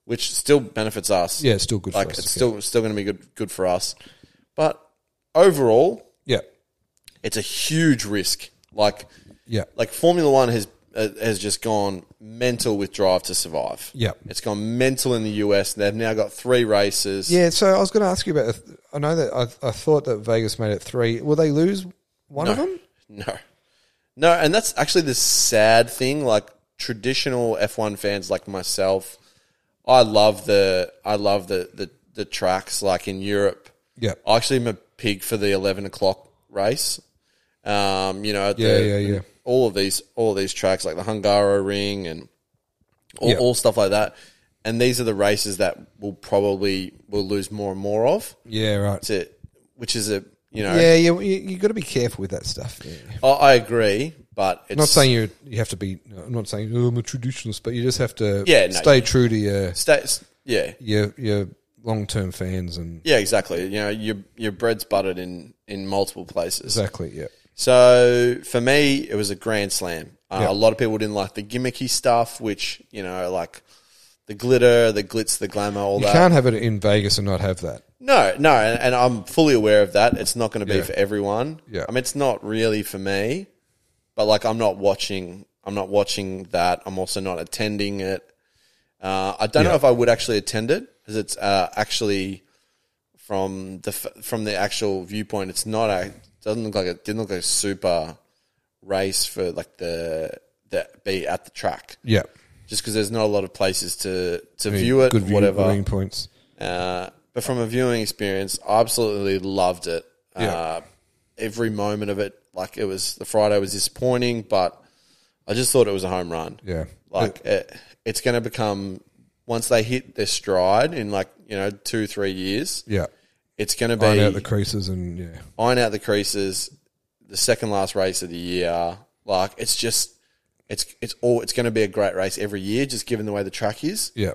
S1: which still benefits us.
S2: Yeah, it's still good for
S1: Like
S2: us,
S1: it's
S2: okay.
S1: still still going to be good good for us. But overall,
S2: Yeah.
S1: it's a huge risk. Like
S2: Yeah.
S1: like Formula One has uh, has just gone mental with Drive to Survive.
S2: Yeah.
S1: it's gone mental in the US. They've now got three races.
S2: Yeah. So I was going to ask you about. I know that I, I thought that Vegas made it three. Will they lose one of them?
S1: No. No, and that's actually the sad thing. Like traditional F1 fans like myself, I love the I love the the, the tracks like in Europe.
S2: Yeah.
S1: I actually am a pig for the eleven o'clock race. Um, you know, at
S2: Yeah,
S1: the-
S2: yeah, yeah.
S1: All of these all of these tracks like the Hungaro ring and all,
S2: Yeah.
S1: all stuff like that. And these are the races that we'll probably will lose more and more of.
S2: Yeah. Right.
S1: To, which is a you know
S2: Yeah. You you, you got to be careful with that stuff. Yeah.
S1: I, I agree, but it's
S2: I'm not saying you you have to be. I'm not saying oh, I'm a traditionalist, but you just have to
S1: Yeah, no.
S2: stay true to your
S1: States, yeah,
S2: your your long term fans and
S1: Yeah, exactly. You know, your your bread's buttered in in multiple places.
S2: exactly yeah.
S1: So for me, it was a grand slam. Uh,
S2: Yeah.
S1: A lot of people didn't like the gimmicky stuff, which you know, like the glitter, the glitz, the glamour, all
S2: You
S1: that.
S2: can't have it in Vegas and not have that.
S1: No, no, and, and I'm fully aware of that. It's not going to be
S2: Yeah.
S1: for everyone.
S2: Yeah.
S1: I mean, it's not really for me, but like I'm not watching. I'm not watching that. I'm also not attending it. Uh, I don't know if I would actually attend it because it's uh, actually from the f- from the actual viewpoint. It's not. A, doesn't look like it. Didn't look like a super race for like the the be at the track.
S2: Yeah.
S1: Just because there's not a lot of places to to view it.
S2: Good view,
S1: whatever.
S2: viewing points.
S1: Uh, but from a viewing experience, I absolutely loved it. Uh, every moment of it, like it was the Friday was disappointing, but I just thought it was a home run.
S2: Yeah.
S1: like it, it's going to become once they hit their stride in like you know two three years,
S2: Yeah.
S1: it's going to be
S2: Iron out the creases and yeah.
S1: iron out the creases, the second last race of the year. Like it's just. It's it's all it's going to be a great race every year, just given the way the track is
S2: Yeah.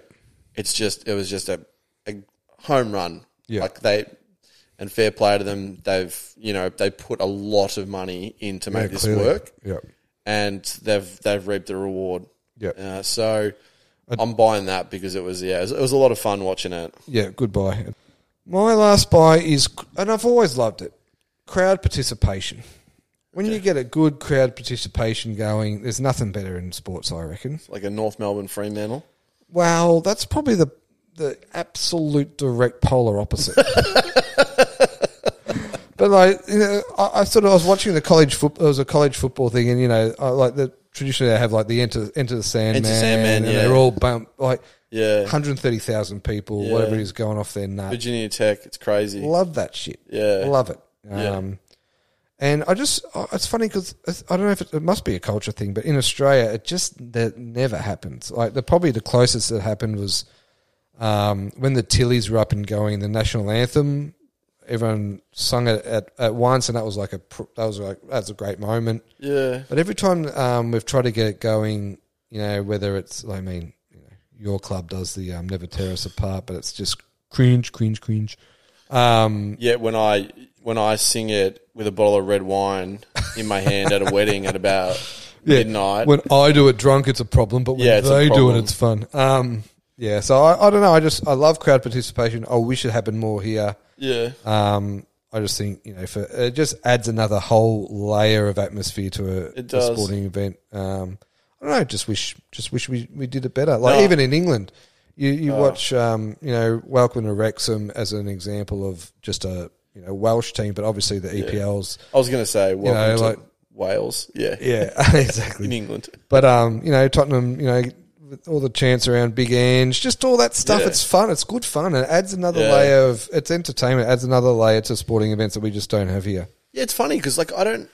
S1: it's just it was just a, a home run.
S2: Yeah.
S1: Like they and fair play to them, they've you know, they put a lot of money in to make
S2: yeah,
S1: this
S2: clearly.
S1: work
S2: Yeah.
S1: and they've they've reaped the reward.
S2: Yeah.
S1: Uh, so I'm buying that because it was yeah, it was, it was a lot of fun watching it.
S2: Yeah, goodbye. My last buy is, and I've always loved it, crowd participation. When you get a good crowd participation going, there's nothing better in sports, I reckon.
S1: Like a North Melbourne Fremantle.
S2: Well, that's probably the the absolute direct polar opposite. but like, you know, I, I sort of I was watching the college football. It was a college football thing, and you know, I, like the traditionally they have like the enter enter the Sandman,
S1: Sandman,
S2: and
S1: yeah.
S2: they're all bump like
S1: Yeah.
S2: 130,000 people, whatever it is, going off their nut.
S1: Virginia Tech, it's crazy.
S2: Love that shit.
S1: Yeah.
S2: love it.
S1: Yeah.
S2: Um, and I just, I- it's funny because I don't know if it, it must be a culture thing, but in Australia, it just that never happens. Like the probably the closest that happened was um, when the Tillies were up and going, the national anthem, everyone sung it at, at once, and that was like a pr- that was like that was a great moment.
S1: yeah.
S2: But every time um, we've tried to get it going, you know, whether it's, I mean, you know, your club does the um, Never Tear Us Apart, but it's just cringe, cringe, cringe. Um,
S1: Yet when I when I sing it with a bottle of red wine in my hand at a wedding at about midnight.
S2: When I do it drunk, it's a problem, but when
S1: Yeah, it's a
S2: they do it,
S1: problem.
S2: it's fun. Um, yeah, so I, I don't know. I just, I love crowd participation. I wish it happened more here.
S1: yeah.
S2: Um, I just think, you know, for, it just adds another whole layer of atmosphere to a,
S1: It
S2: a
S1: does.
S2: sporting event. Um, I don't know. Just wish, just wish we, we did it better. Like
S1: No.
S2: even in England, you you watch, um, you know, Welcome to Wrexham as an example of just a you know Welsh team, but obviously the E EPLs.
S1: I was gonna say welcome
S2: know,
S1: to
S2: like-
S1: Wales. Yeah.
S2: Yeah,
S1: In
S2: exactly.
S1: England.
S2: But um, you know, Tottenham, you know. with All the chants around Big Ange, just all that stuff.
S1: Yeah.
S2: It's fun. It's good fun. It adds another
S1: Yeah.
S2: layer of it's entertainment. It adds another layer to sporting events that we just don't have here.
S1: Yeah, it's funny because like I don't.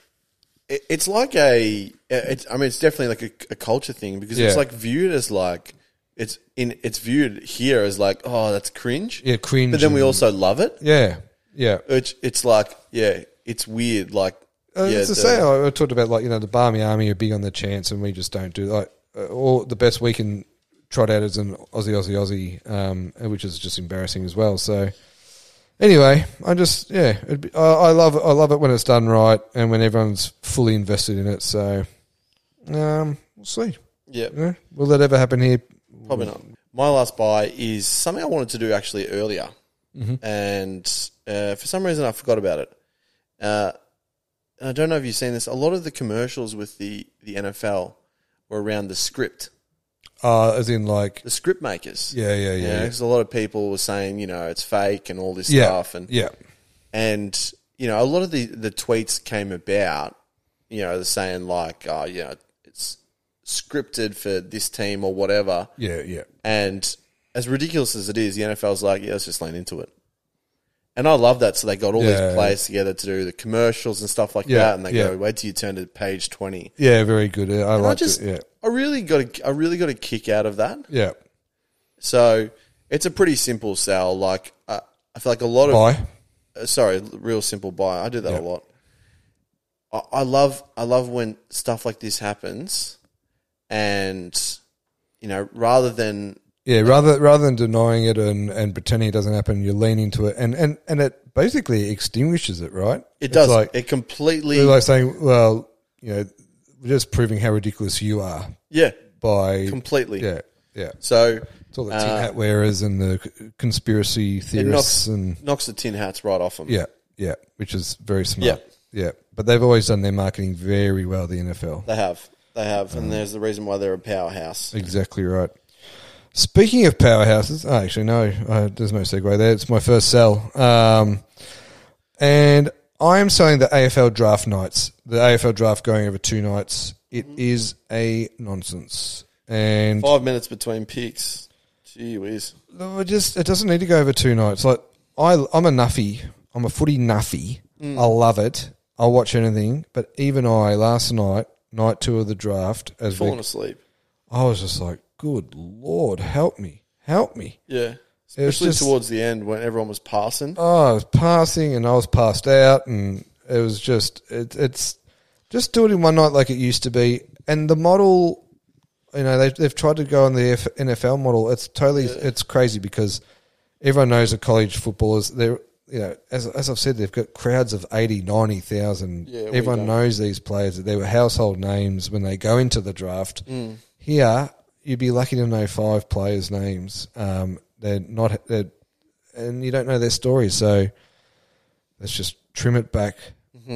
S1: It, it's like a. It's, I mean, it's definitely like a, a culture thing because
S2: Yeah.
S1: it's like viewed as like it's in. It's viewed here as like oh that's cringe.
S2: Yeah, cringe
S1: But then we
S2: and-
S1: also love it.
S2: Yeah, yeah.
S1: It's it's like yeah, it's weird. Like
S2: Uh,
S1: yeah,
S2: it's the
S1: the-
S2: same. I I talked about like you know the Barmy Army are big on the chance, and we just don't do like uh, all the best we can trot out is an Aussie, Aussie, Aussie, um, which is just embarrassing as well. So anyway, I just yeah, it'd be, I, I love I love it when it's done right and when everyone's fully invested in it. So um, we'll see.
S1: Yeah,
S2: Yeah. Will that ever happen here?
S1: probably not. My last buy is something I wanted to do actually earlier,
S2: Mm-hmm.
S1: and uh, for some reason I forgot about it. Uh, and I don't know if you've seen this. A lot of the commercials with the the NFL were around the script.
S2: Uh, as in like
S1: the script makers.
S2: Yeah, yeah, yeah, yeah.
S1: Because a lot of people were saying, you know, it's fake and all this
S2: yeah,
S1: stuff, and
S2: yeah,
S1: and you know, a lot of the the tweets came about, you know, they're saying like, oh, you know, it's scripted for this team or whatever,
S2: yeah, yeah,
S1: and as ridiculous as it is, the NFL's like, yeah, let's just lean into it. And I love that. So they got all
S2: Yeah.
S1: these players together to do the commercials and stuff like
S2: Yeah,
S1: that. And they
S2: yeah.
S1: go, wait till you turn to page 20.
S2: yeah. Very good. I
S1: And I
S2: like
S1: just,
S2: it. Yeah,
S1: I really got a, I really got a kick out of that.
S2: yeah.
S1: So it's a pretty simple sell. Like uh, I feel like a lot of
S2: Bye.
S1: uh, sorry, real simple buy. I do that a lot. I, I love I love when stuff like this happens, and you know, rather than
S2: Yeah, rather rather than denying it and, and pretending it doesn't happen, you lean into it, and, and, and it basically extinguishes it, right?
S1: It does.
S2: It's like,
S1: it completely.
S2: it's like saying, well, you know, we're just proving how ridiculous you are
S1: yeah,
S2: by
S1: completely.
S2: Yeah, yeah.
S1: So
S2: It's all the tin
S1: uh,
S2: hat wearers and the c- conspiracy
S1: it knocks
S2: theorists, and
S1: knocks the tin hats right off them.
S2: yeah, yeah, which is very smart. Yeah, but they've always done their marketing very well. The NFL.
S1: they have, they have,
S2: Um,
S1: and there's the reason why they're a powerhouse.
S2: Exactly right. Speaking of powerhouses, oh, actually, no, uh, there's no segue there. It's my first sell. Um, and I am selling the AFL draft nights, the AFL draft going over two nights. It is a nonsense. And
S1: Five minutes between picks. Gee whiz.
S2: it just it doesn't need to go over two nights. Like I, I'm a nuffy. I'm a footy nuffy. I love it. I'll watch anything. But even I, last night, night two of the draft, as
S1: Falling
S2: we,
S1: asleep.
S2: I was just like, good lord, help me, help me.
S1: Yeah.
S2: was
S1: Especially
S2: just-
S1: towards the end when everyone was passing.
S2: oh, I was passing and I was passed out, and it was just it, it's just do it in one night like it used to be. And the model, you know, they've, they've tried to go on the F- NFL model. It's totally it's crazy because everyone knows that college footballers they're you know as, as I've said they've got crowds of 80, 90,000.
S1: Yeah, we
S2: everyone
S1: don't.
S2: knows these players that they were household names when they go into the draft.
S1: Mm.
S2: Here, you'd be lucky to know five players' names. Um, they're not they're and you don't know their story. So let's just trim it back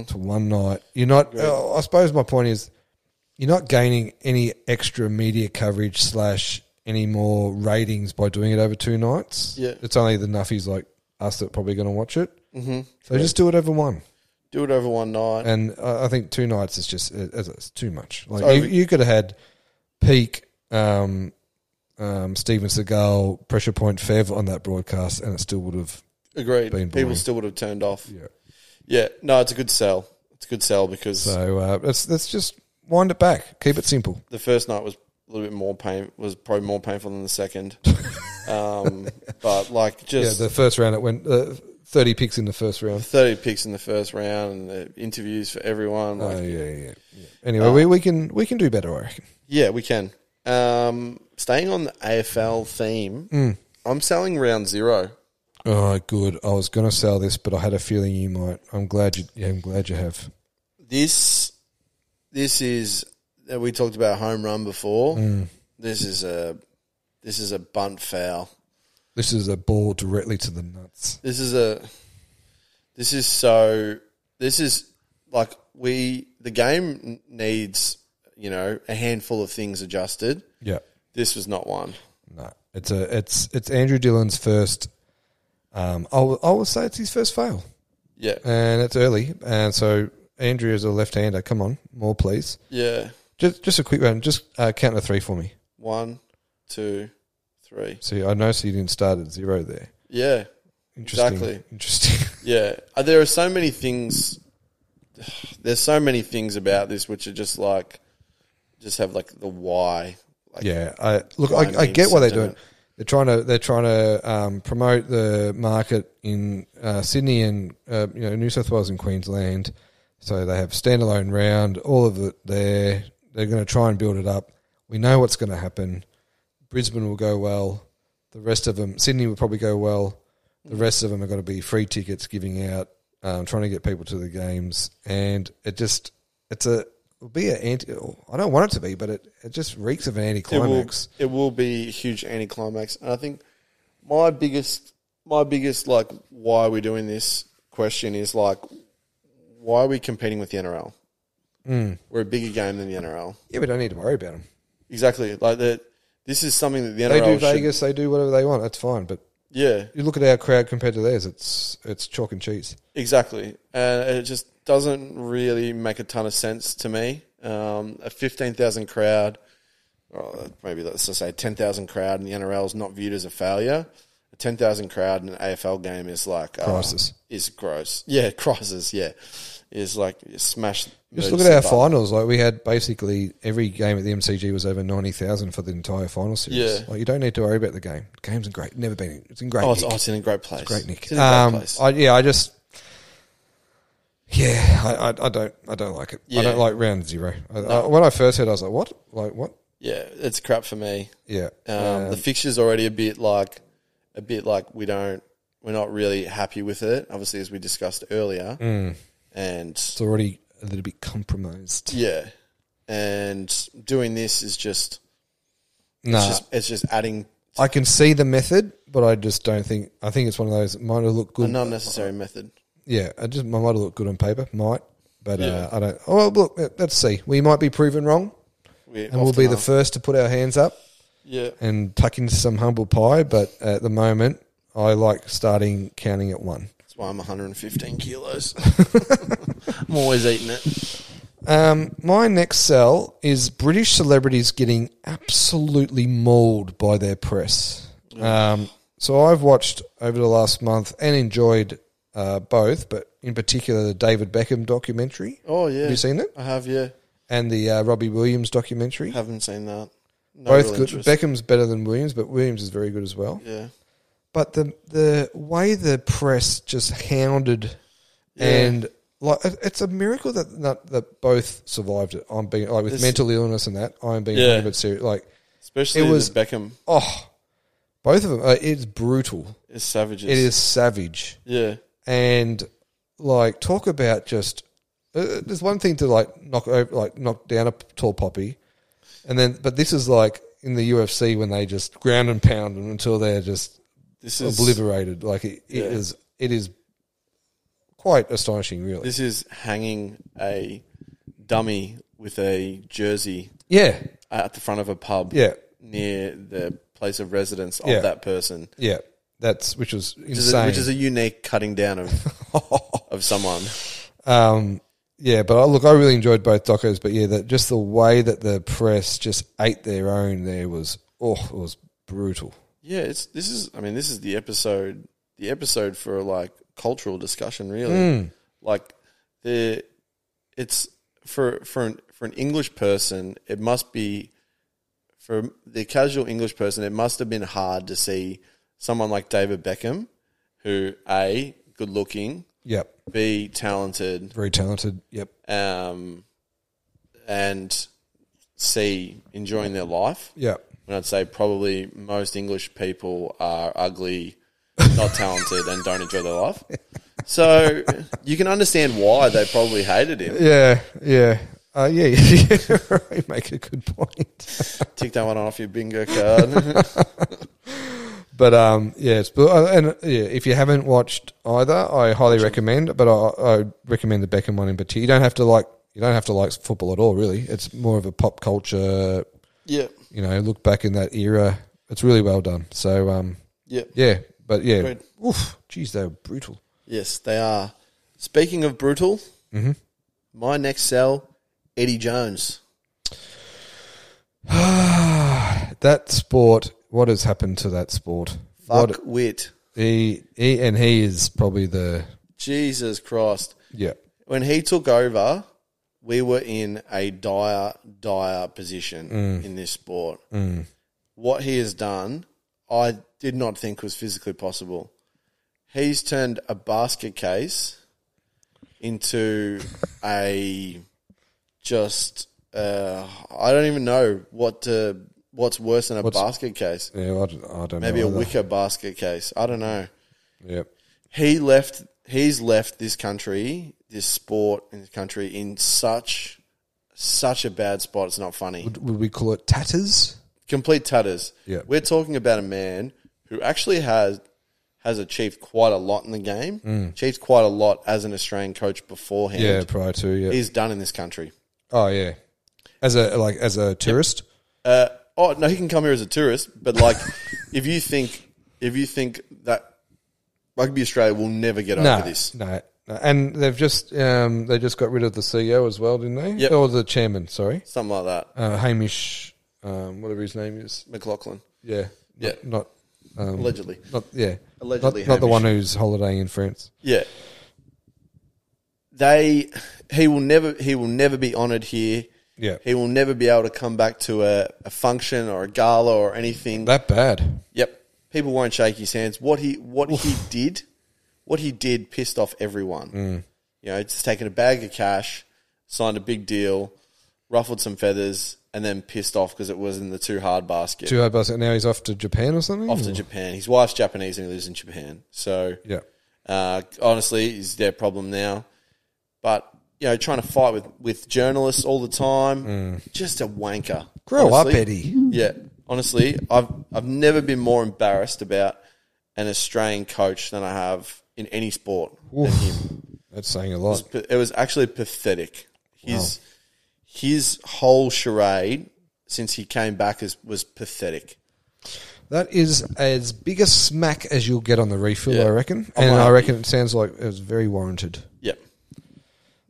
S2: to one night. You're not. oh, I suppose my point is, you're not gaining any extra media coverage slash any more ratings by doing it over two nights.
S1: Yeah.
S2: it's only the nuffies like us that are probably going to watch it. Mm-hmm. So just do it over one.
S1: Do it over one night.
S2: And I I think two nights is just it- it's it's too much. Like
S1: Sorry,
S2: you,
S1: we-
S2: you could have had peak um, um, Steven Seagal pressure point Fev on that broadcast, and it still would have.
S1: Agreed.
S2: been
S1: People
S2: boring.
S1: still would have turned off. Yeah. Yeah. No, it's a good sell. It's a good sell because
S2: So uh, let's let's just wind it back. Keep it simple.
S1: the first night was a little bit more pain was probably more painful than the second. um, but like
S2: Yeah,
S1: just
S2: the first round it went uh, thirty picks in the first round.
S1: thirty picks in the first round and the interviews for everyone.
S2: Oh
S1: Like,
S2: yeah, yeah. yeah. Uh, Anyway, we, we can we can do better. I reckon.
S1: Yeah, we can. Um, staying on the AFL theme, I'm selling round zero.
S2: Oh, good. I was going to sell this, but I had a feeling you might. I'm glad you. Yeah, I'm glad you have.
S1: This this is uh, we talked about home run before. This is a this is a bunt foul.
S2: This is a ball directly to the nuts.
S1: This is a this is so this is like we the game n- needs you know a handful of things adjusted.
S2: Yeah.
S1: This was not one.
S2: No, it's a it's it's Andrew Dillon's first. Um, I will- I would say it's his first fail,
S1: Yeah,
S2: and it's early, and so Andrew is a left-hander. Come on, more please.
S1: yeah.
S2: Just just a quick round. Just uh, count to three for me.
S1: One, two, three.
S2: See, I noticed you didn't start at zero there.
S1: Yeah,
S2: Interesting.
S1: Exactly.
S2: Interesting.
S1: yeah. Uh, There are so many things. There's so many things about this which are just like, just have like the why. Like,
S2: yeah, I look.
S1: Why
S2: I, I
S1: being
S2: get why they're
S1: such a-
S2: doing. it. They're trying to they're trying to um, promote the market in uh, Sydney and uh, you know New South Wales and Queensland. So they have standalone round, all of it there. They're going to try and build it up. We know what's going to happen. Brisbane will go well. The rest of them, Sydney will probably go well.
S1: Mm.
S2: The rest of them are going to be free tickets giving out, um, trying to get people to the games, and it just it's a it'll be an anti. I don't want it to be, but it, it just reeks of an
S1: it will,
S2: anticlimax.
S1: it will be a huge anticlimax, and I think my biggest, my biggest like why we're doing this question is like, why are we competing with the NRL?
S2: Hmm.
S1: We're a bigger game than the NRL.
S2: Yeah, we don't need to worry about them.
S1: Exactly. Like that. This is something that the NRL
S2: They do
S1: should-
S2: Vegas, they do whatever they want. That's fine. But
S1: Yeah.
S2: you look at our crowd compared to theirs; it's it's chalk and cheese.
S1: Exactly. And it just doesn't really make a ton of sense to me. Um, a 15,000 crowd, or maybe let's just say 10,000 crowd in the NRL is not viewed as a failure. A 10,000 crowd in an AFL game is like. uh,
S2: Crisis.
S1: is gross. Yeah, crisis, yeah. Is like smash.
S2: Just look at our finals. Like we had basically every game at the MCG was over ninety thousand for the entire final series.
S1: Yeah.
S2: Like you don't need to worry about the game. The game's in great. Never been. It's in great.
S1: Oh, it's,
S2: nick.
S1: oh, it's in a great place.
S2: great, Nick.
S1: It's in a great
S2: Um,
S1: place.
S2: I, yeah, I just. Yeah, I, I, I don't, I don't like it.
S1: Yeah.
S2: I don't like round zero. I, I, when I first heard, I was like, "What? Like what?
S1: yeah, it's crap for me.
S2: Yeah.
S1: Um, the fixture's already a bit like, a bit like we don't, we're not really happy with it. Obviously, as we discussed earlier,
S2: Mm.
S1: and
S2: it's already a little bit compromised.
S1: yeah, and doing this is just,
S2: No,
S1: it's just, it's just adding
S2: I can see the method, but I just don't think. I think it's one of those. Might have looked
S1: a
S2: good.
S1: non necessary method.
S2: Yeah, I just might have looked good on paper. Might, but
S1: Yeah.
S2: uh, I don't. Oh, well, look. uh, Let's see. We might be proven wrong,
S1: We
S2: and we'll be
S1: often
S2: the
S1: are.
S2: first to put our hands up
S1: yeah.
S2: and tuck into some humble pie. But at the moment, I like starting counting at one.
S1: That's why I'm 115 kilos. I'm always eating it.
S2: Um, my next cell is British celebrities getting absolutely mauled by their press. Um, so I've watched over the last month and enjoyed uh, both, but in particular the David Beckham documentary.
S1: Oh yeah,
S2: Have you seen it?
S1: I have. Yeah,
S2: And the uh, Robbie Williams documentary.
S1: haven't seen that. No
S2: both
S1: real
S2: good.
S1: interest.
S2: Beckham's better than Williams, but Williams is very good as well.
S1: Yeah,
S2: But the the way the press just hounded and like it- it's a miracle that not, that both survived it. I'm being like with
S1: This-
S2: mental illness and that I'm being
S1: Yeah.
S2: yeah. bit serious. Like
S1: especially
S2: It
S1: it was
S2: was-
S1: Beckham
S2: oh, both of them. Uh, it's brutal.
S1: is savages.
S2: It is savage
S1: Yeah,
S2: and like talk about just. Uh, there's one thing to like knock over, like knock down a tall poppy, and then but this is like in the UFC when they just ground and pound them until they're just
S1: this is
S2: obliterated. Like it,
S1: Yeah.
S2: it is- it is quite astonishing, really.
S1: This is hanging a dummy with a jersey
S2: yeah,
S1: at the front of a pub.
S2: Yeah.
S1: near the place of residence of
S2: Yeah.
S1: that person.
S2: yeah. That's which was
S1: Which is, a,
S2: insane.
S1: which is a unique cutting down of of someone.
S2: um, yeah, but I, look, I really enjoyed both docos, but yeah, that just the way that the press just ate their own there was oh, it was brutal.
S1: Yeah, it's this is. I mean, this is the episode. The episode for like cultural discussion, really. Like the, it's for for an, for an English person, it must be for the casual English person. It must have been hard to see someone like David Beckham, who a good looking,
S2: Yep,
S1: b talented,
S2: very talented. Yep,
S1: um, and c enjoying their life.
S2: yep.
S1: And I'd say probably most English people are ugly, not talented, and don't enjoy their life. So you can understand why they probably hated him.
S2: Yeah, yeah. Uh, yeah, yeah, you make a good point.
S1: Tick that one off your bingo card.
S2: But um, yeah, it's, but, uh, and uh, yeah, if you haven't watched either, I highly recommend. But I, I recommend the Beckham one in particular. You don't have to like you don't have to like football at all, really. It's more of a pop culture.
S1: yeah,
S2: You know, look back in that era. It's really well done. So um,
S1: yeah,
S2: yeah, but yeah,
S1: Agreed.
S2: oof, geez, they were brutal.
S1: yes, they are. Speaking of brutal, my next cell, Eddie Jones.
S2: That sport. What has happened to that sport?
S1: Fuck
S2: What,
S1: wit,
S2: he, he and he is probably the
S1: Jesus Christ!
S2: yeah.
S1: When he took over, we were in a dire, dire position in this sport. What he has done, I did not think was physically possible. He's turned a basket case into a just uh, I don't even know what to, what's worse than a basket case.
S2: Yeah, I don't, I don't
S1: Maybe
S2: know
S1: a
S2: either.
S1: wicker basket case. I don't know
S2: Yep.
S1: he left he's left this country this sport in this country in such such a bad spot it's not funny
S2: Would we call it tatters?
S1: complete tatters
S2: Yeah.
S1: we're talking about a man who actually has has achieved quite a lot in the game achieved quite a lot as an australian coach beforehand
S2: Mm. Yeah, prior to yeah.
S1: he's done in this country
S2: Oh yeah, as a like as a tourist.
S1: oh no he can come here as a tourist but like if you think if you think that rugby australia will never get over this
S2: no, no, and they've just um, they just got rid of the CEO as well, didn't they?
S1: Yep.
S2: or the chairman. Sorry,
S1: something like that
S2: uh, Hamish, um, whatever his name is.
S1: mclaughlin
S2: Yeah,
S1: Yeah.
S2: not, not um,
S1: allegedly
S2: not yeah,
S1: Allegedly
S2: not, not the
S1: Hamish.
S2: one who's holidaying in France.
S1: Yeah. They he will never he will never be honored here.
S2: Yeah.
S1: He will never be able to come back to a, a function or a gala or anything.
S2: That bad.
S1: yep. People won't shake his hands. What he what he did what he did pissed
S2: Mm.
S1: off everyone. You know, just taking a bag of cash, signed a big deal, ruffled some feathers, and then pissed off because it was in the too hard basket.
S2: Two hard basket. Now he's off to Japan or something.
S1: off to Japan. His wife's Japanese and he lives in Japan. So
S2: Yeah.
S1: uh, honestly, is their problem now. But you know, trying to fight with with journalists all the time, just a wanker.
S2: Mm. Grow up,
S1: honestly.
S2: Eddie.
S1: Yeah, honestly, I've I've never been more embarrassed about an Australian coach than I have in any sport than him.
S2: That's saying a lot.
S1: But It was actually pathetic. His his whole charade since he came back is was pathetic.
S2: That is as big a smack as you'll get on the refill,
S1: Yeah. Oh,
S2: I reckon.
S1: I'm
S2: and I
S1: happy.
S2: reckon it sounds like it was very warranted.
S1: Yep.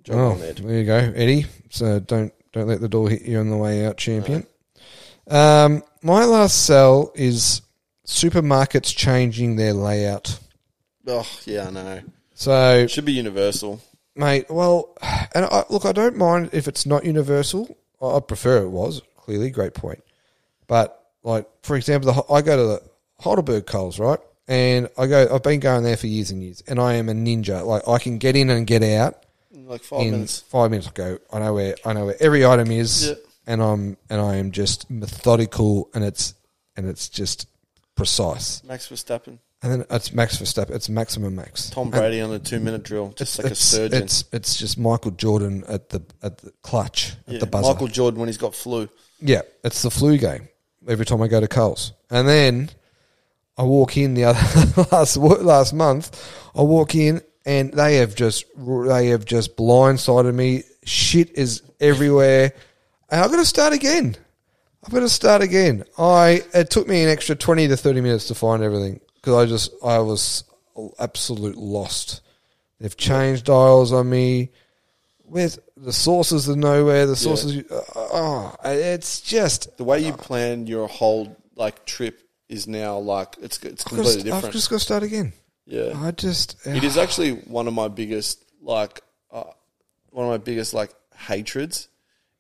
S1: Job
S2: Oh,
S1: on Ed.
S2: there you go, Eddie. So don't don't let the door hit you on the way out, champion. Um, my last sell is supermarkets changing their layout.
S1: Oh yeah, I know.
S2: So,
S1: Should be universal.
S2: mate, well, and I, look, I don't mind if it's not universal. I, I prefer it was clearly great point. But like, for example, the, Ho- I go to the Heidelberg Coles, right? And I go, I've been going there for years and years, and I am a ninja. Like, I can get in and get out.
S1: Like five
S2: in
S1: minutes.
S2: five minutes. I go. I know where I know where every item is,
S1: Yeah.
S2: and I'm and I am just methodical, and it's and it's just precise.
S1: Max Verstappen,
S2: And then it's max for step. It's maximum max.
S1: Tom Brady on a two-minute drill, just like a
S2: it's,
S1: surgeon.
S2: It's it's just Michael Jordan at the at the clutch at
S1: Yeah,
S2: the buzzer.
S1: Michael Jordan when he's got flu.
S2: Yeah, it's the flu game every time I go to Coles. And then I walk in the other last wo- last month. I walk in and they have just they have just blindsided me. Shit is everywhere. And I've got to start again. I've got to start again. I it took me an extra twenty to thirty minutes to find everything because I just I was absolute lost. They've changed dials on me. With the sources are nowhere. The sources, oh, it's just
S1: The way you plan your whole like trip is now like it's it's
S2: I've gotta-
S1: completely different.
S2: I've just got to start again.
S1: yeah,
S2: I just
S1: it is actually one of my biggest like uh, one of my biggest like hatreds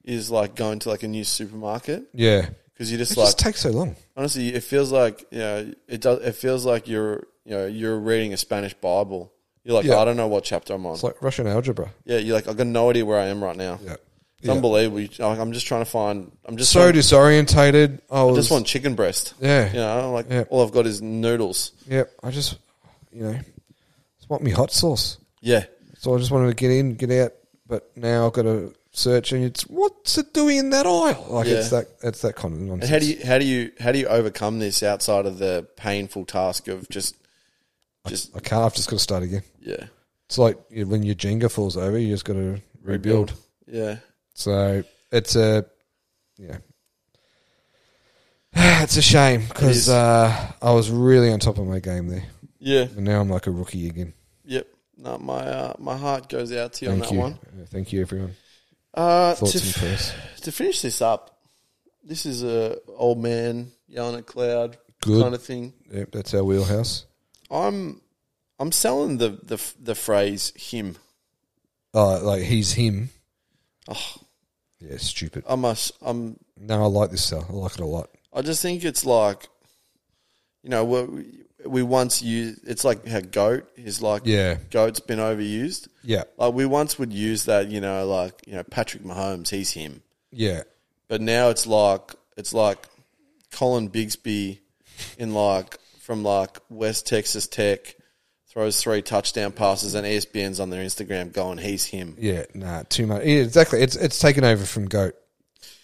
S1: is like going to like a new supermarket
S2: yeah.
S1: because you
S2: It
S1: just like
S2: just takes so long.
S1: honestly it feels like you know it does it feels like you're you know you're reading a Spanish Bible. You're like
S2: Yeah.
S1: I don't know what chapter I'm on.
S2: It's like Russian algebra.
S1: Yeah, you're like, I've got no idea where I am right now.
S2: Yeah.
S1: It's unbelievable. You- like, I'm just trying to find. I'm just
S2: So
S1: trying,
S2: disorientated. I was
S1: just want chicken breast.
S2: Yeah.
S1: you know, like
S2: Yeah.
S1: all I've got is noodles.
S2: Yeah, I just you know, just want me hot sauce.
S1: Yeah,
S2: So I just wanted to get in, get out, but now I've got to search, and it's what's it doing in that aisle? Like
S1: Yeah.
S2: it's that it's that kind of nonsense.
S1: and how do you how do you how do you overcome this outside of the painful task of just just
S2: I can't. I've just got to start again.
S1: yeah
S2: It's like you- when your Jenga falls over, you just got to rebuild.
S1: yeah
S2: So it's a yeah. It's a shame because
S1: is.
S2: uh, I was really on top of my game there,
S1: yeah
S2: and now I'm like a rookie again.
S1: yep. No, my uh, my heart goes out to you
S2: Thank
S1: on that
S2: you,
S1: one.
S2: Uh, thank you, everyone.
S1: Uh,
S2: Thoughts
S1: to,
S2: and
S1: f-
S2: prayers.
S1: to finish this up, this is a old man yelling at cloud
S2: Good.
S1: kind of thing.
S2: Yep, that's our wheelhouse.
S1: I'm I'm selling the the f- the phrase him.
S2: Oh, like he's him. Oh. Yeah, stupid.
S1: I must. I'm.
S2: No, I like this cell. I like it a lot.
S1: I just think it's like, you know, we we once used. It's like how goat is like.
S2: Yeah.
S1: Goat's been overused.
S2: Yeah,
S1: Like we once would use that. You know, like you know Patrick Mahomes. He's him.
S2: yeah.
S1: But now it's like it's like Colin Bigsby in like from like West Texas Tech throws three touchdown passes and E ESPN's on their Instagram going he's him.
S2: Yeah, nah, too much. Yeah, exactly. It's it's taken over from goat.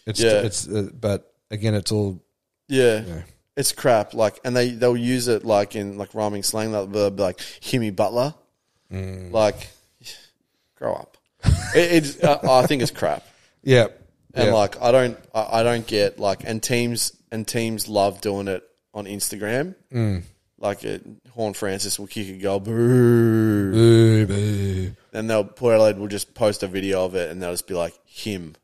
S2: It's
S1: Yeah.
S2: it's uh, but again, it's all
S1: Yeah.
S2: Yeah.
S1: It's crap. Like, and they they'll use it like in like rhyming slang, like verb, like Himmy Butler.
S2: Mm.
S1: Like, grow up. it, it's, uh, I think it's crap,
S2: yeah.
S1: and
S2: yeah.
S1: like I don't I, I don't get like and teams and teams love doing it on Instagram.
S2: Mm.
S1: Like, it, Horn Francis will kick a goal, boo,
S2: Boo, boo.
S1: and they'll Port Adelaide will just post a video of it, and they'll just be like him,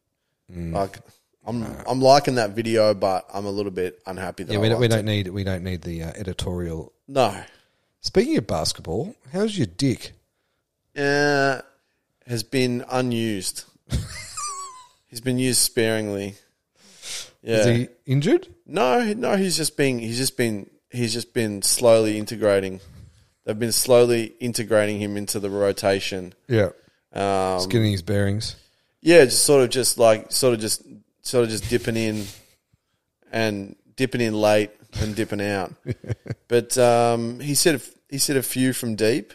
S2: Mm.
S1: like. I'm, I'm liking that video, but I'm a little bit unhappy that
S2: Yeah,
S1: I
S2: we don't, we
S1: liked it.
S2: don't need we don't need the uh, editorial.
S1: No,
S2: Speaking of basketball, how's your dick?
S1: uh, has been unused. he's been used sparingly. Yeah.
S2: Is he injured?
S1: no, no, he's just been he's just been he's just been slowly integrating. They've been slowly integrating him into the rotation.
S2: Yeah,
S1: Um,
S2: getting his bearings.
S1: yeah, just sort of just like sort of just sort of just dipping in and dipping in late and dipping out. but um, he said a, f- he said a few from deep.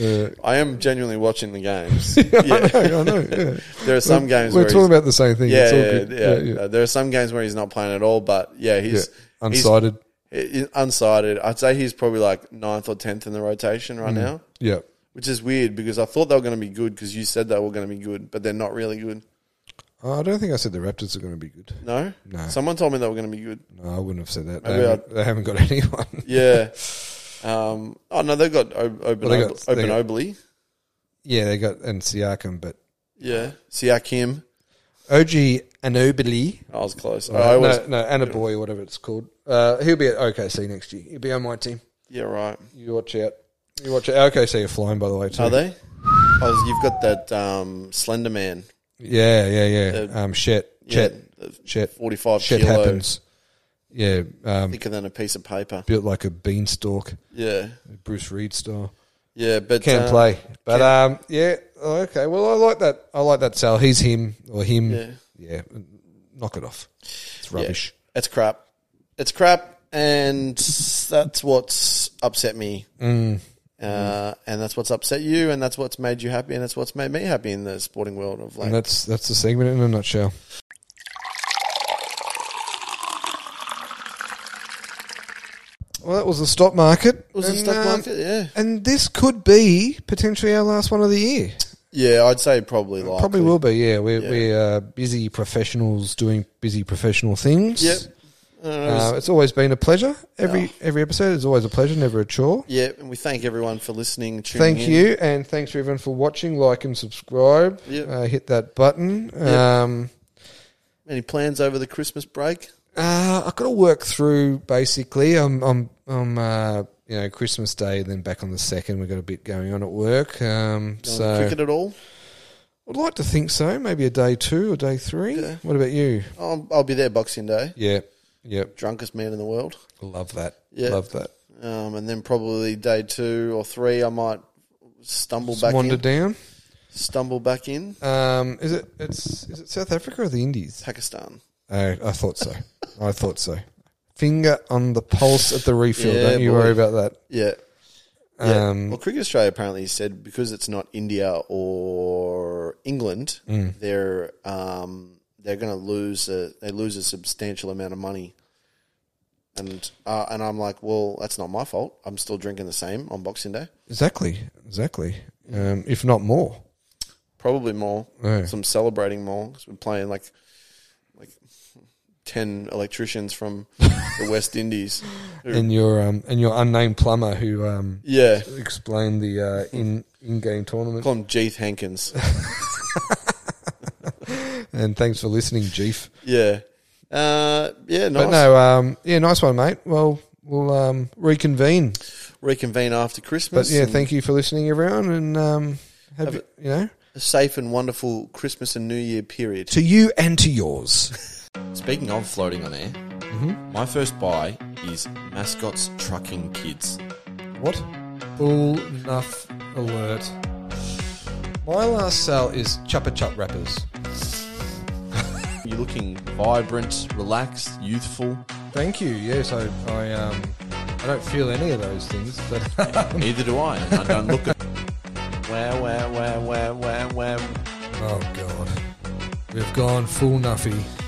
S1: Uh, I am genuinely watching the games.
S2: I
S1: yeah,
S2: know, I know, yeah.
S1: there are some games
S2: We're
S1: where
S2: talking
S1: he's-
S2: about the same thing.
S1: yeah,
S2: it's all
S1: yeah,
S2: good.
S1: yeah,
S2: yeah,
S1: Uh, There are some games where he's not playing at all, but yeah,
S2: yeah.
S1: he's he's-
S2: Unsighted.
S1: he- unsighted. I'd say he's probably like ninth or tenth in the rotation
S2: Mm.
S1: right now,
S2: Yeah.
S1: which is weird because I thought they were going to be good because you said they were going to be good, but they're not really good.
S2: Oh, I don't think I said the Raptors are going to be good.
S1: No,
S2: No.
S1: Someone told me they were going to be good.
S2: No, I wouldn't have said that. They
S1: Maybe
S2: haven't, they haven't got anyone.
S1: Yeah. um. Oh no, they got o- open
S2: they
S1: Ob-
S2: got- they
S1: open
S2: got-
S1: Obli.
S2: yeah, they got and Siakam, but
S1: Yeah. Siakim.
S2: OG Anobili.
S1: I was close. I always.
S2: no, no, Anaboy, whatever it's called. Uh, he'll be at OKC next year. He'll be on my team.
S1: Yeah. Right.
S2: You watch out. You watch out. OKC are flying, by the way. Too.
S1: Are they? Oh, you've got that um, Slender Man,
S2: Yeah, yeah, yeah. um, shit,
S1: yeah,
S2: shit,
S1: the
S2: shit.
S1: 45
S2: shit
S1: kilo.
S2: happens. Yeah, um,
S1: thicker than a piece of paper.
S2: built like a beanstalk,
S1: Yeah.
S2: Bruce Reed style.
S1: Yeah, but
S2: Can
S1: uh,
S2: play, but um, yeah. Oh, okay. Well, I like that. I like that. Sal, he's him or him.
S1: Yeah.
S2: Yeah. Knock it off. It's rubbish.
S1: It's crap. It's crap, and that's what's upset me.
S2: Mm.
S1: Uh, and that's what's upset you, and that's what's made you happy, and that's what's made me happy in the sporting world of like
S2: And that's that's the segment in a nutshell. Well, that was the stock market.
S1: was the
S2: And,
S1: stock
S2: um,
S1: market. Yeah,
S2: And this could be potentially our last one of the year.
S1: yeah, I'd say probably like
S2: Probably will be. Yeah, we're
S1: Yeah.
S2: we're uh, busy professionals doing busy professional things.
S1: Yep. I don't know, it was-
S2: Uh, it's always been a pleasure. Every every episode is always a pleasure, never a chore.
S1: yeah, and we thank everyone for listening. Tuning
S2: Thank
S1: in.
S2: you, and thanks for everyone for watching. Like and subscribe.
S1: Yep.
S2: Uh, hit that button. Um,
S1: Any plans over the Christmas break?
S2: Uh, I've got to work through basically. I'm, I'm, I'm, uh, you know, Christmas Day, then back on the second. We've got a bit going on at work. Um,
S1: Going
S2: so
S1: cricket at all?
S2: I'd like to think so. Maybe a day two or day three.
S1: Yeah.
S2: What about you?
S1: I'll, I'll be there Boxing Day.
S2: Yeah. Yep.
S1: Drunkest man in the world.
S2: Love that.
S1: Yeah.
S2: Love that.
S1: Um, and then probably day two or three, I might stumble back
S2: Wander
S1: in.
S2: down.
S1: Stumble back in
S2: Um, is it, it's, is it South Africa or the Indies?
S1: Pakistan.
S2: Oh, I thought so. I thought so. Finger on the pulse at the refill.
S1: Yeah,
S2: Don't you
S1: boy.
S2: worry about that.
S1: Yeah. Yeah.
S2: Um,
S1: well, Cricket Australia apparently said because it's not India or England,
S2: Hmm.
S1: they're um, they're going to lose a, they lose a substantial amount of money. And uh, and I'm like, well, that's not my fault. I'm still drinking the same on Boxing Day,
S2: Exactly. Exactly. Um, if not more.
S1: probably more.
S2: Yeah.
S1: So I'm celebrating more 'cause we're playing like like ten electricians from the West Indies.
S2: and your um and your unnamed plumber who um
S1: Yeah,
S2: explained the uh, in in game tournament.
S1: call him Jeith Hankins.
S2: And thanks for listening, Jeef.
S1: Yeah, uh, yeah, nice.
S2: But no, um, yeah, nice one, mate. Well, we'll um reconvene.
S1: Reconvene after Christmas.
S2: But yeah,
S1: and-
S2: thank you for listening, everyone, and um, have, you, you know
S1: a safe and wonderful Christmas and New Year period.
S2: to you and to yours.
S1: Speaking of floating on air, my first buy is Mascots Trucking Kids.
S2: what? Bull nuff alert. My last sale is Chupa Chup wrappers.
S1: You're looking vibrant, relaxed, youthful.
S2: Thank you. Yes, I, I um, I don't feel any of those things, but. um,
S1: Neither do I. and I don't look. at- Wow, wow, wow, wow, wow, wow.
S2: Oh God, we've gone full nuffy.